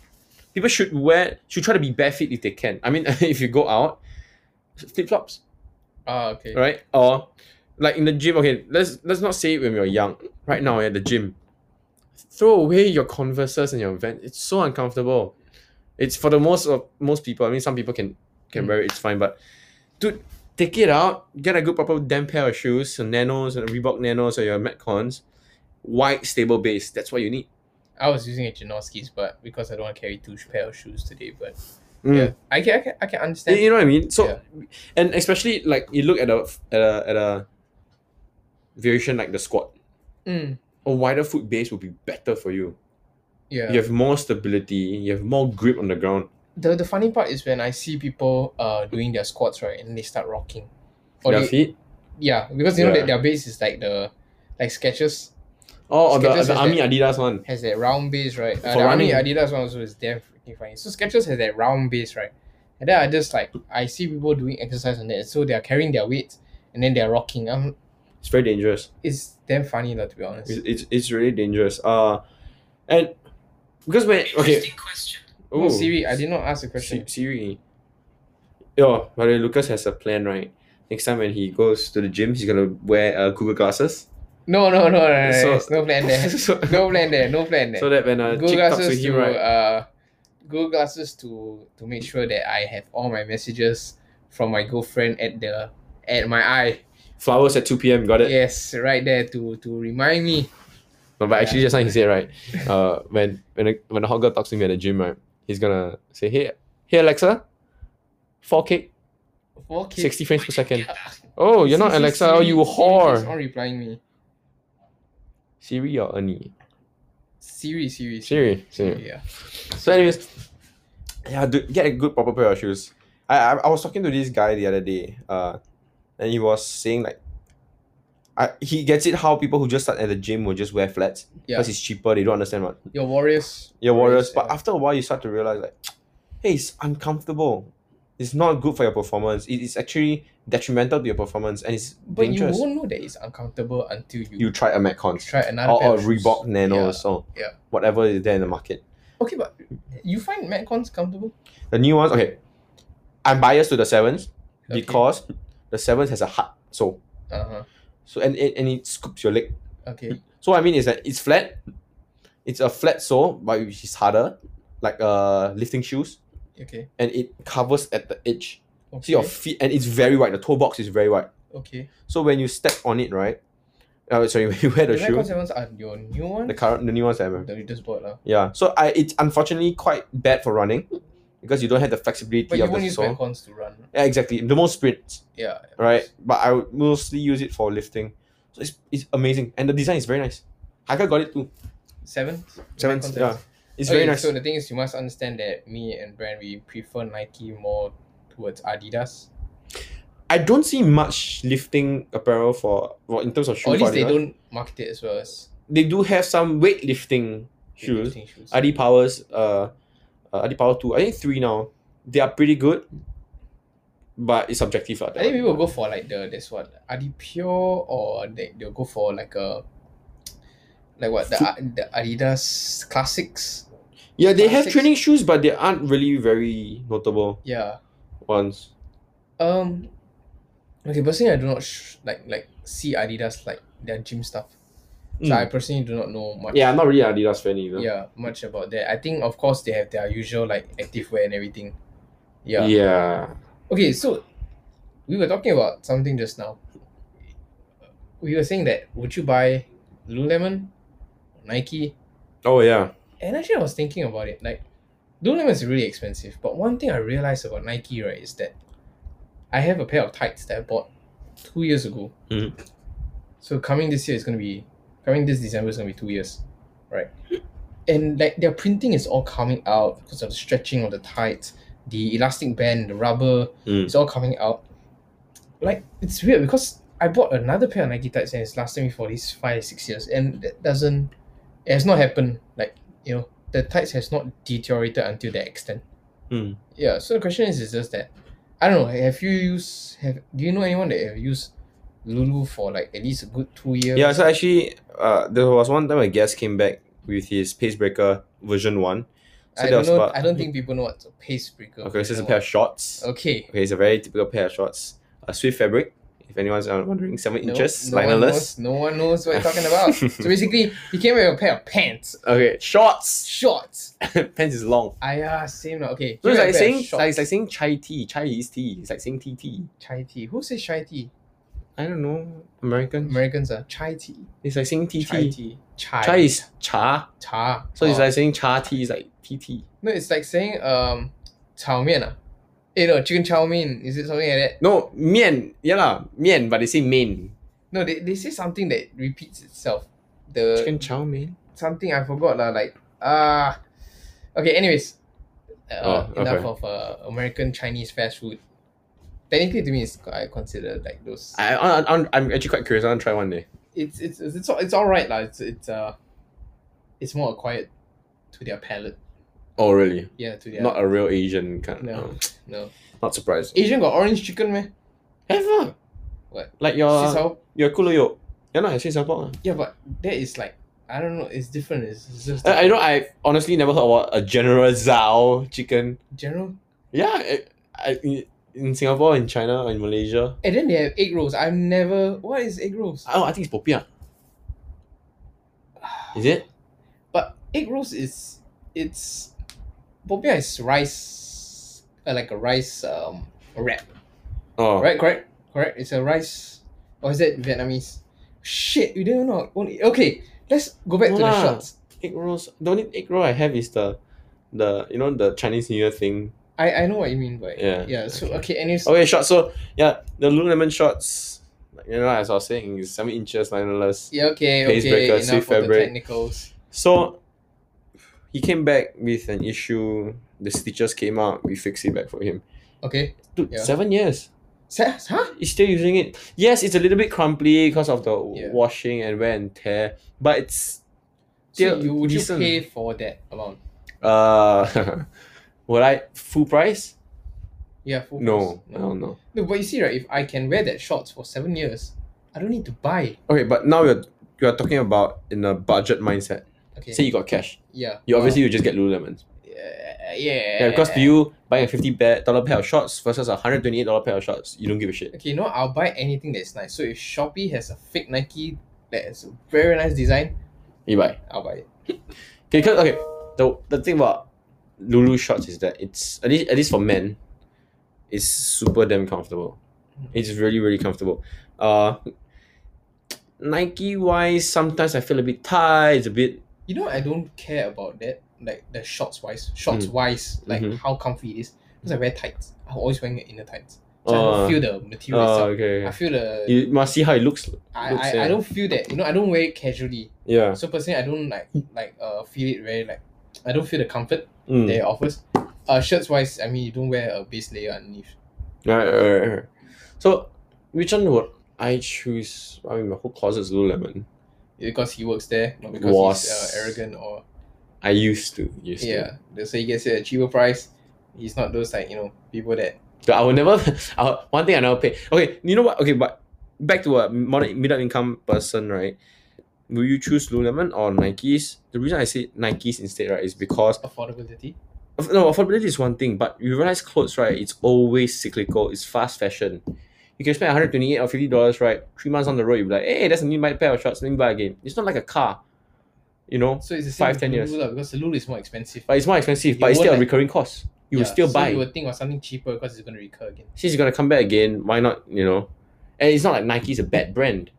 people should wear, should try to be barefoot if they can. I mean, if you go out, flip flops, Ah, okay. right? Or like in the gym. Okay, let's let's not say it when you're young. Right now at the gym, throw away your Converse's and your Vans. It's so uncomfortable. It's for the most of most people. I mean, some people can can Mm. wear it. It's fine, but dude. Take it out, get a good proper damn pair of shoes, some nanos, and Reebok nanos or your Metcons, wide stable base. That's what you need. I was using a Janovskis, but because I don't want to carry two pair of shoes today, but Mm. yeah, I can, I can, I can You- understand. You know what I mean? So, Yeah. and especially like you look at a at a at a variation like the squat. Mm, A wider foot base will be better for you. yeah. You have more stability. You have more grip on the ground. The the funny part is when I see people uh doing their squats right, and they start rocking. Or Your they- feet. yeah, because you know that Yeah. their base is like the like Skechers Oh, or the, Skechers the is army Adidas one. has that round base, right? Uh, For the Army running. Adidas one also is damn freaking funny. So Skechers has that round base, right? And then I just like I see people doing exercise on that, so they are carrying their weights and then they are rocking. Um, It's very dangerous. it's damn funny though, to be honest. It's, it's, it's really dangerous. Uh, and because when okay, Oh, Siri, I did not ask the question. Si- Siri. Yo, by the way, Lucas has a plan, right? Next time when he goes to the gym, he's gonna wear uh, Google glasses. No, no, no, no, no, no, So- there's no plan there. so, No plan there. No plan there. so that when uh, Google chick talks to glasses to, him, right? uh, Google glasses to to make sure that I have all my messages from my girlfriend at the at my eye. Flowers at 2 p.m. Got it. Yes, right there to to remind me. No, but actually, Yeah. just like he said, right? Uh, when when a, when a hot girl talks to me at the gym, right? He's gonna say, "Hey, Hey Alexa, 4K, 4K. 60 frames per second. Oh, you're not See, see, Alexa. Oh, Siri- you Siri keeps whore. on replying me. Siri or Ernie? Siri, Siri, Siri. Siri. Yeah. So, anyways, yeah, dude, get a good proper pair of shoes. I, I I was talking to this guy the other day, uh, and he was saying like, I he gets it how people who just start at the gym will just wear flats Yeah. because it's cheaper. They don't understand what Your warriors. your warriors. But yeah. after a while, you start to realize like, hey, it's uncomfortable. It's not good for your performance. It is actually detrimental to your performance, and it's but dangerous. you won't know that it's uncomfortable until you, You try a Metcons try another or, pair or of shoes. Reebok Nanos or yeah. whatever is there in the market. Okay, but you find Metcons comfortable? The new ones, okay. I'm biased to the sevens Okay. because the sevens has a hard sole. Uh huh. So and, and and it scoops your leg. Okay. So what I mean is that it's flat. It's a flat sole, but which is harder, like uh lifting shoes, Okay. and it covers at the edge. Okay. So your feet and it's very wide. The toe box is very wide. okay. So when you step on it, right? Uh, sorry, when you wear the, The shoe, Metcons ones are your new ones. the current the new ones that I'm that you just bought lah. Yeah. So I it's unfortunately quite bad for running because you don't have the flexibility But you of won't the use sole. Metcons to run. Yeah, exactly. The most sprints. Yeah. right? But I would mostly use it for lifting. So it's, it's amazing. And the design is very nice. Haka got it too. Seven. Seven, Metcons yeah. It's Okay, very nice. So the thing is, you must understand that me and Brand we prefer Nike more towards Adidas. I don't see much lifting apparel for, well, in terms of shoes. or at least they don't market it as well as They do have some weightlifting shoes. weightlifting shoes. Adi Powers, uh, uh, Adi Power 2, I think 3 now. They are pretty good, but it's subjective. lah, that I think one. people will go for like the this what Adi Pure or they they'll go for like a like what the Foot- A- the Adidas classics. Yeah, they have classics. training shoes, but they aren't really very notable Yeah. ones. Um. Okay, personally, I do not sh- like like see Adidas like their gym stuff. So I Mm. personally do not know much. Yeah, I'm not really an Adidas fan either. yeah, much about that. I think of course they have their usual like activewear and everything. Yeah. yeah. Okay, so we were talking about something just now. We were saying that would you buy Lululemon, Nike? Oh, yeah. And actually, I was thinking about it. Like, Lululemon is really expensive. But one thing I realized about Nike, right, is that I have a pair of tights that I bought two years ago. Mhm. So coming this year is gonna be coming this December is gonna be two years, right? And like their printing is all coming out because of the stretching of the tights, the elastic band, the rubber Mm. it's all coming out. Like it's weird because I bought another pair of Nike tights and it's lasting me for these five six years, and that doesn't, it has not happened. Like you know, the tights has not deteriorated until that extent. Mm. Yeah. So the question is, is just that I don't know. Have you used? Have do you know anyone that have used Lulu for like at least a good two years? Yeah, so actually, uh, there was one time a guest came back with his Pacebreaker version one. So I that don't was know. about- I don't think people know what's a pace breaker. Okay, so it's a pair of shorts. Okay. Okay. it's a very typical pair of shorts. A swift fabric, if anyone's uh, wondering, seven No, inches, no one lioneless. knows. No one knows what you're talking about. so basically, he came with a pair of pants, Okay, shorts. shorts. Pants is long. I uh, same lah. Okay. So give it's me a like pair of saying, shorts. like, it's like saying chai tea, Chinese tea. It's like saying tea tea. chai tea. Who says chai tea? I don't know, American. Americans are chai tea. It's like saying tea Chai tea. tea. Chai. Chai is cha, Cha. so it's Oh. like saying cha tea is like tea tea. no. It's like saying um, chow mein ah. Eh no, chicken chow mein. Is it something like that? No, mian, yeah lah, mian, but they say main. No, they, they say something that repeats itself. The Chicken chow mein. something I forgot lah. Like ah, okay. Anyways, uh, Oh, okay. enough of uh, American Chinese fast food. Technically, to me, it's I consider like those. I, I, I, I'm actually quite curious. I want to try one day. it's it's it's it's, all- it's all right lah. It's it's uh, it's more acquired to their palate. Oh, really? Yeah, to their Not a real Asian kind. No. No. no. Not surprised. Asian got orange chicken man. Ever. What? Like your your kuloyo. You're not actually Singapore. yeah, but that is like I don't know. It's different. It's, it's just Uh, I, I know. I honestly never heard about a General Zhao chicken. general. Yeah. I, I, in- in Singapore, in China, in Malaysia. And then they have egg rolls. I've never. What is egg rolls? Oh, I think it's popiah. Is it? But egg rolls is it's, popiah is rice, uh, like a rice um wrap. Oh. Right, correct, correct. It's a rice, or is that Vietnamese? Shit, we don't know. Only okay. Let's go back No to the lah. shots. Egg rolls. The only egg roll I have is the, the you know the Chinese New Year thing. I, I know what you mean by Yeah, Yeah. So okay. okay, anyways. Okay, short. So yeah, the Lululemon shorts. Like, you know, as I was saying, is seven inches less. Yeah. Okay. Pace Okay. breaker, Enough Swift of the fabric. technicals. So he came back with an issue. The stitches came out. We fixed it back for him. Okay. Dude, Yeah. seven years. Sa- huh? He's still using it. Yes, it's a little bit crumply because of the Yeah. washing and wear and tear, but it's So Yeah, you would you decent. pay for that amount? uh, would I full price? Yeah. Full No, price. I don't know. No, but you see, right? If I can wear that shorts for seven years, I don't need to buy. Okay, but now you're you're talking about in a budget mindset. Oh. Okay. Say you got cash, yeah. you Wow. obviously you just get Lululemon. Yeah. Yeah. Yeah, because to you buying a fifty pa- dollar pair of shorts versus a hundred twenty eight dollar pair of shorts, you don't give a shit. Okay, you know, I'll buy anything that's nice. So if Shopee has a fake Nike that is a very nice design, You buy. I'll buy it. Okay, 'cause- okay. The the thing about Lulu shorts is that it's at least at least for men, it's super damn comfortable. It's really really comfortable. Uh, Nike wise, sometimes I feel a bit tight. It's a bit You know, I don't care about that. Like the shorts wise, shorts wise, like Mhm. how comfy it is. Because I wear tights. I'm always wearing inner tights. So I uh, don't feel the material uh, itself. okay. I okay. feel the. You must see how it looks. I, looks, I, yeah. I don't feel that. You know, I don't wear it casually. Yeah. So personally, I don't like like uh feel it very like. I don't feel the comfort Mm. that it offers. Uh, shirts wise, I mean, you don't wear a base layer underneath. Right, right, right, right. So, which one would I choose? I mean, my whole closet is Lululemon. Because he works there, not because Was. he's uh, arrogant or I used to, used to. Yeah, that's so he gets it at a cheaper price. He's not those like you know people that But I will never. I will, one thing I never pay. Okay, you know what? Okay, but back to a modern middle income person, right? Will you choose Lululemon or Nikes? The reason I say Nikes instead, right, is because affordability. Aff- no affordability is one thing, but you realize clothes, right? It's always cyclical. It's fast fashion. You can spend 128 or 50 dollars, right? Three months on the road, you'll be like, hey, that's a new pair of shorts. Let me buy again. It's not like a car, you know. So it's the same Five, with 10 years. Lulu lah, because the Lulu is more expensive. But it's more expensive, You but it's won't still a like- recurring cost. You will Yeah, still so buy. You would think of something cheaper because it's gonna recur again. Since it's gonna come back again, why not? You know, and it's not like Nike's a bad brand.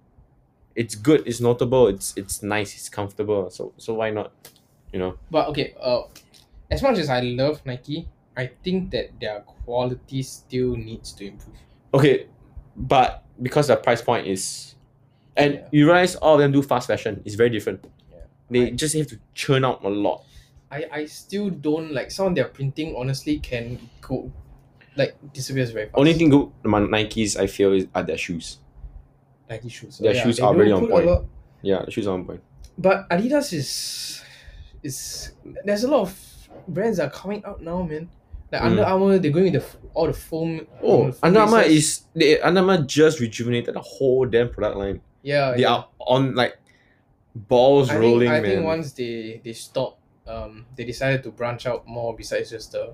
It's good. It's notable. It's it's nice. It's comfortable. So so why not? You know. But okay, uh, as much as I love Nike, I think that their quality still needs to improve. Okay, but because the price point is, and Yeah. you realize all of them do fast fashion. It's very different. Yeah. They Right. just have to churn out a lot. I I still don't like some of their printing. Honestly, can go like disappears very fast. Only thing good about Nikes, I feel, is are their shoes. Nike shoes. their shoes they are don't really on put a point. lot- Yeah, the shoes are on point. But Adidas is is there's a lot of brands that are coming out now, man. Like Under Mm. Armour, they're going with the f- all the foam. all the Oh, foam Under Armour bases. is they Under Armour just rejuvenated the whole damn product line. yeah. They Oh, yeah. are on like balls I think, rolling, I man. think once they they stop, um, they decided to branch out more besides just the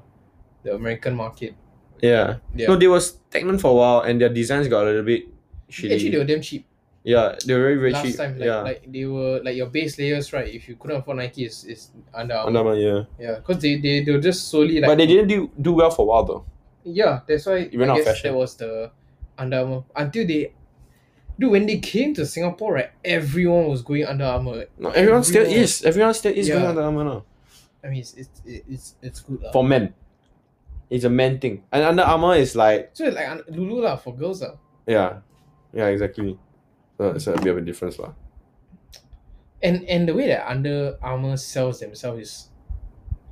the American market. yeah. Yeah. No, they were stagnant for a while, and their designs got a little bit shitty. Actually, they were damn cheap yeah, they were very very last cheap. time. Like, yeah, like they were like your base layers, right? If you couldn't afford Nike, it's, it's Under Under Armour. Armour, yeah. Yeah, because they they they were just solely like but they didn't do, do well for a while though. Yeah, that's why It ran I out of guess fashion. that was the Under Armour until they, dude. When they came to Singapore, right, everyone was going Under Armour. No, everyone still Everyone. is. Everyone still is going Yeah. Under Armour now. I mean, it's it's it's it's good lah. For men. It's a man thing. And Under Armour is like so like un- Lulu lah for girls lah. yeah. Yeah, exactly. So it's a bit of a difference lah. And and the way that Under Armour sells themselves is,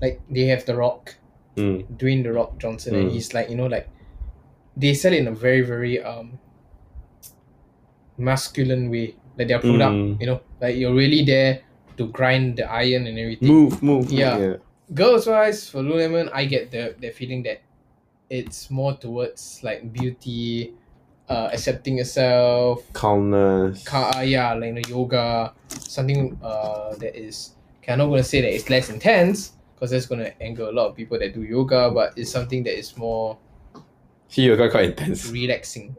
like they have the Rock, Mm. Dwayne the Rock Johnson, and Mm. he's like you know like, they sell it in a very very um. Masculine way, like their product, Mm. you know, like you're really there to grind the iron and everything. Move, move, Yeah. move. girls wise for Lululemon, I get the the feeling that it's more towards like beauty, uh, accepting yourself, Calmness. ka- uh, yeah, like you know, yoga, something uh that is. Okay, I'm not gonna say that it's less intense because that's gonna anger a lot of people that do yoga, but it's something that is more See you got quite intense. relaxing,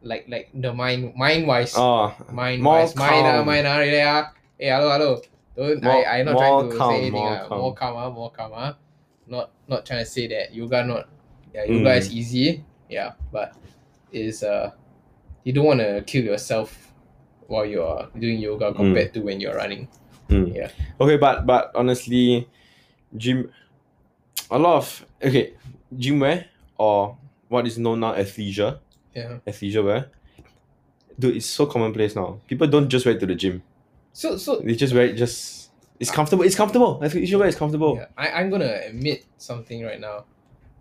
like like the mind mind wise, Oh mind more wise, mind ah calm. mind ah, yeah, hey hello hello. Don't More- I I not more trying to calm, say anything more more, calm. more calm ah, more calm ah. Not not trying to say that yoga not yeah Mm. yoga is easy yeah but is uh you don't want to kill yourself while you're doing yoga Hmm. compared to Hmm. when you're running. Mm. Yeah. Okay, but but honestly, gym a lot of okay, gym wear or what is known now as leisure, Yeah. as leisure wear. Dude, it's so commonplace now. People don't just wear it to the gym. So so They just wear it just it's comfortable. It's comfortable. Leisure wear is comfortable. Ah. Yeah, Oh, I, I'm gonna admit something right now.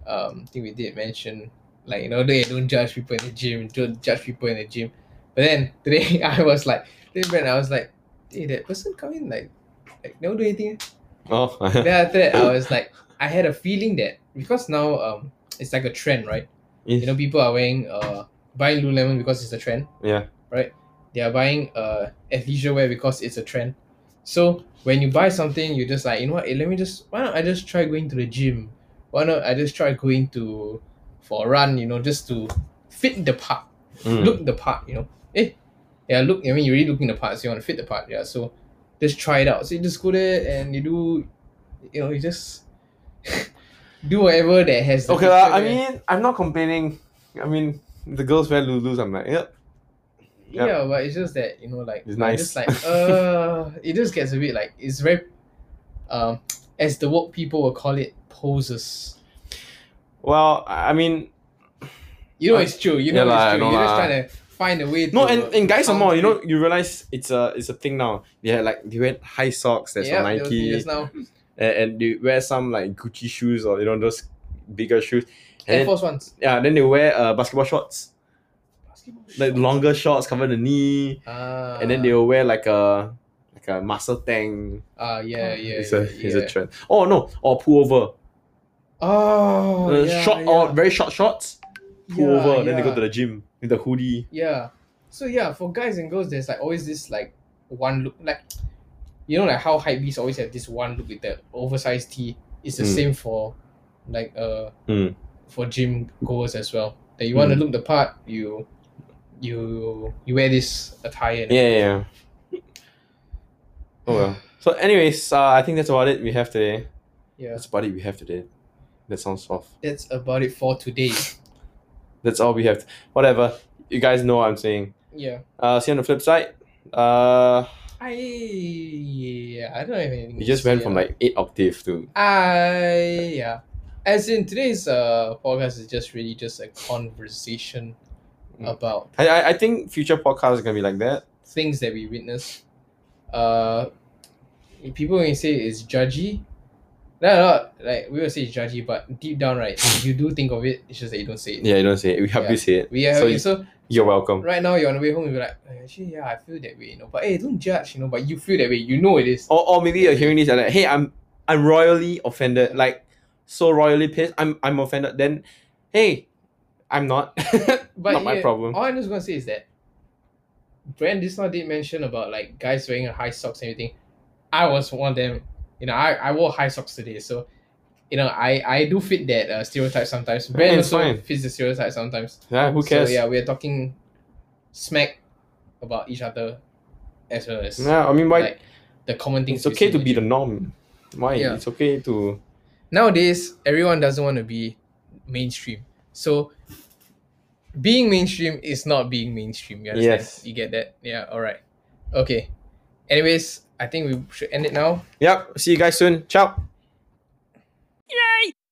Um, I think we did mention like you know they don't judge people in the gym, don't judge people in the gym. But then today I was like, today when I was like, hey, that person come in like, like never do anything. Oh, Then after that I was like, I had a feeling that because now um it's like a trend, right? You know people are wearing uh buying Lululemon because it's a trend. Yeah. Right. They are buying uh athleisure wear because it's a trend. So when you buy something, you just like you know what? eh, Let me just why not I just try going to the gym? Why not I just try going to for a run? You know, just to fit the part Mm. look the part, you know. Eh, yeah, look. I mean, you're really looking the part, so you want to fit the part, yeah. So just try it out. So you just go there and you do, you know, you just do whatever that has. The Okay, lah. picture I there. mean, I'm not complaining. I mean, the girls wear Lulus. I'm like, yep. yeah. but it's just that you know, like It's I'm nice. Just like uh, it just gets a bit like it's very, um, as the woke people will call it poses. Well, I I mean, You know, I- it's true. You know, Uh, Yeah lah, I it's true. know You're just lah. trying to find a way. no, to and, and guys are more. You know, counter you realize it's a it's a thing now. They had like they wear high socks it. that's Yeah, on there was- Nike, Just now, and, and they wear some like Gucci shoes or you know those bigger shoes. And Air then, Force Ones. yeah, then they wear uh, basketball shorts, Basketball like shorts. longer shorts cover the knee, Ah. and then they will wear like a like a muscle tank. Ah, yeah, yeah. it's a yeah, it's yeah. a trend. Oh no, or pullover, Oh, Uh, yeah, short yeah. or very short shorts. pull Yeah, over, then they go yeah, to the gym with the hoodie. Yeah. So yeah, for guys and girls, there's like always this like one look, like you know, like how hype beasts always have this one look with the oversized tee. It's the Mm. same for like uh Mm. for gym goers as well. That you want to Mm. look the part, you you you wear this attire. Yeah, yeah. yeah. oh well. So, anyways, uh, I think that's about it we have today. yeah. That's about it we have today. That sounds off. That's about it for today. That's all we have. Whatever. You guys know what I'm saying. Yeah. Uh, see you on the flip side. Uh, I yeah, I don't have anything. we to just went say from lah. like eight octave to I yeah. As in today's uh podcast is just really just a conversation Mm. about I, I I think future podcasts are gonna be like that. things that we witness. Uh, people may say it's judgy. No, no, like we will say it's judgy, but deep down, right, you do think of it. It's just that you don't say it. Yeah, you don't say it. We help Yeah. you say it. We have So so, you- so You're welcome. right now you're on the way home. You're like "Eh, actually yeah, I feel that way, you know. But hey, don't judge, you know. But you feel that way, you know it is. Or, or maybe you're hearing this and like, hey, I'm I'm royally offended. Like so royally pissed. I'm I'm offended. Then, hey, I'm not. But not my yeah, problem. All I'm just gonna say is that Brand just now did mention about like guys wearing high socks and everything. I was one of them. You know, I, I wore high socks today, so you know I I do fit that uh, stereotype sometimes. Brand it's also fine. fits the stereotype sometimes. Yeah, who cares? So, yeah, we're talking smack about each other as well as Yeah, I mean, why? like the common things. it's we okay see to in be the the norm. Why? Yeah. It's okay to. nowadays everyone doesn't want to be mainstream so being mainstream is not being mainstream you understand? Yes. you get that yeah all right okay anyways i think we should end it now Yep. See you guys soon. Ciao.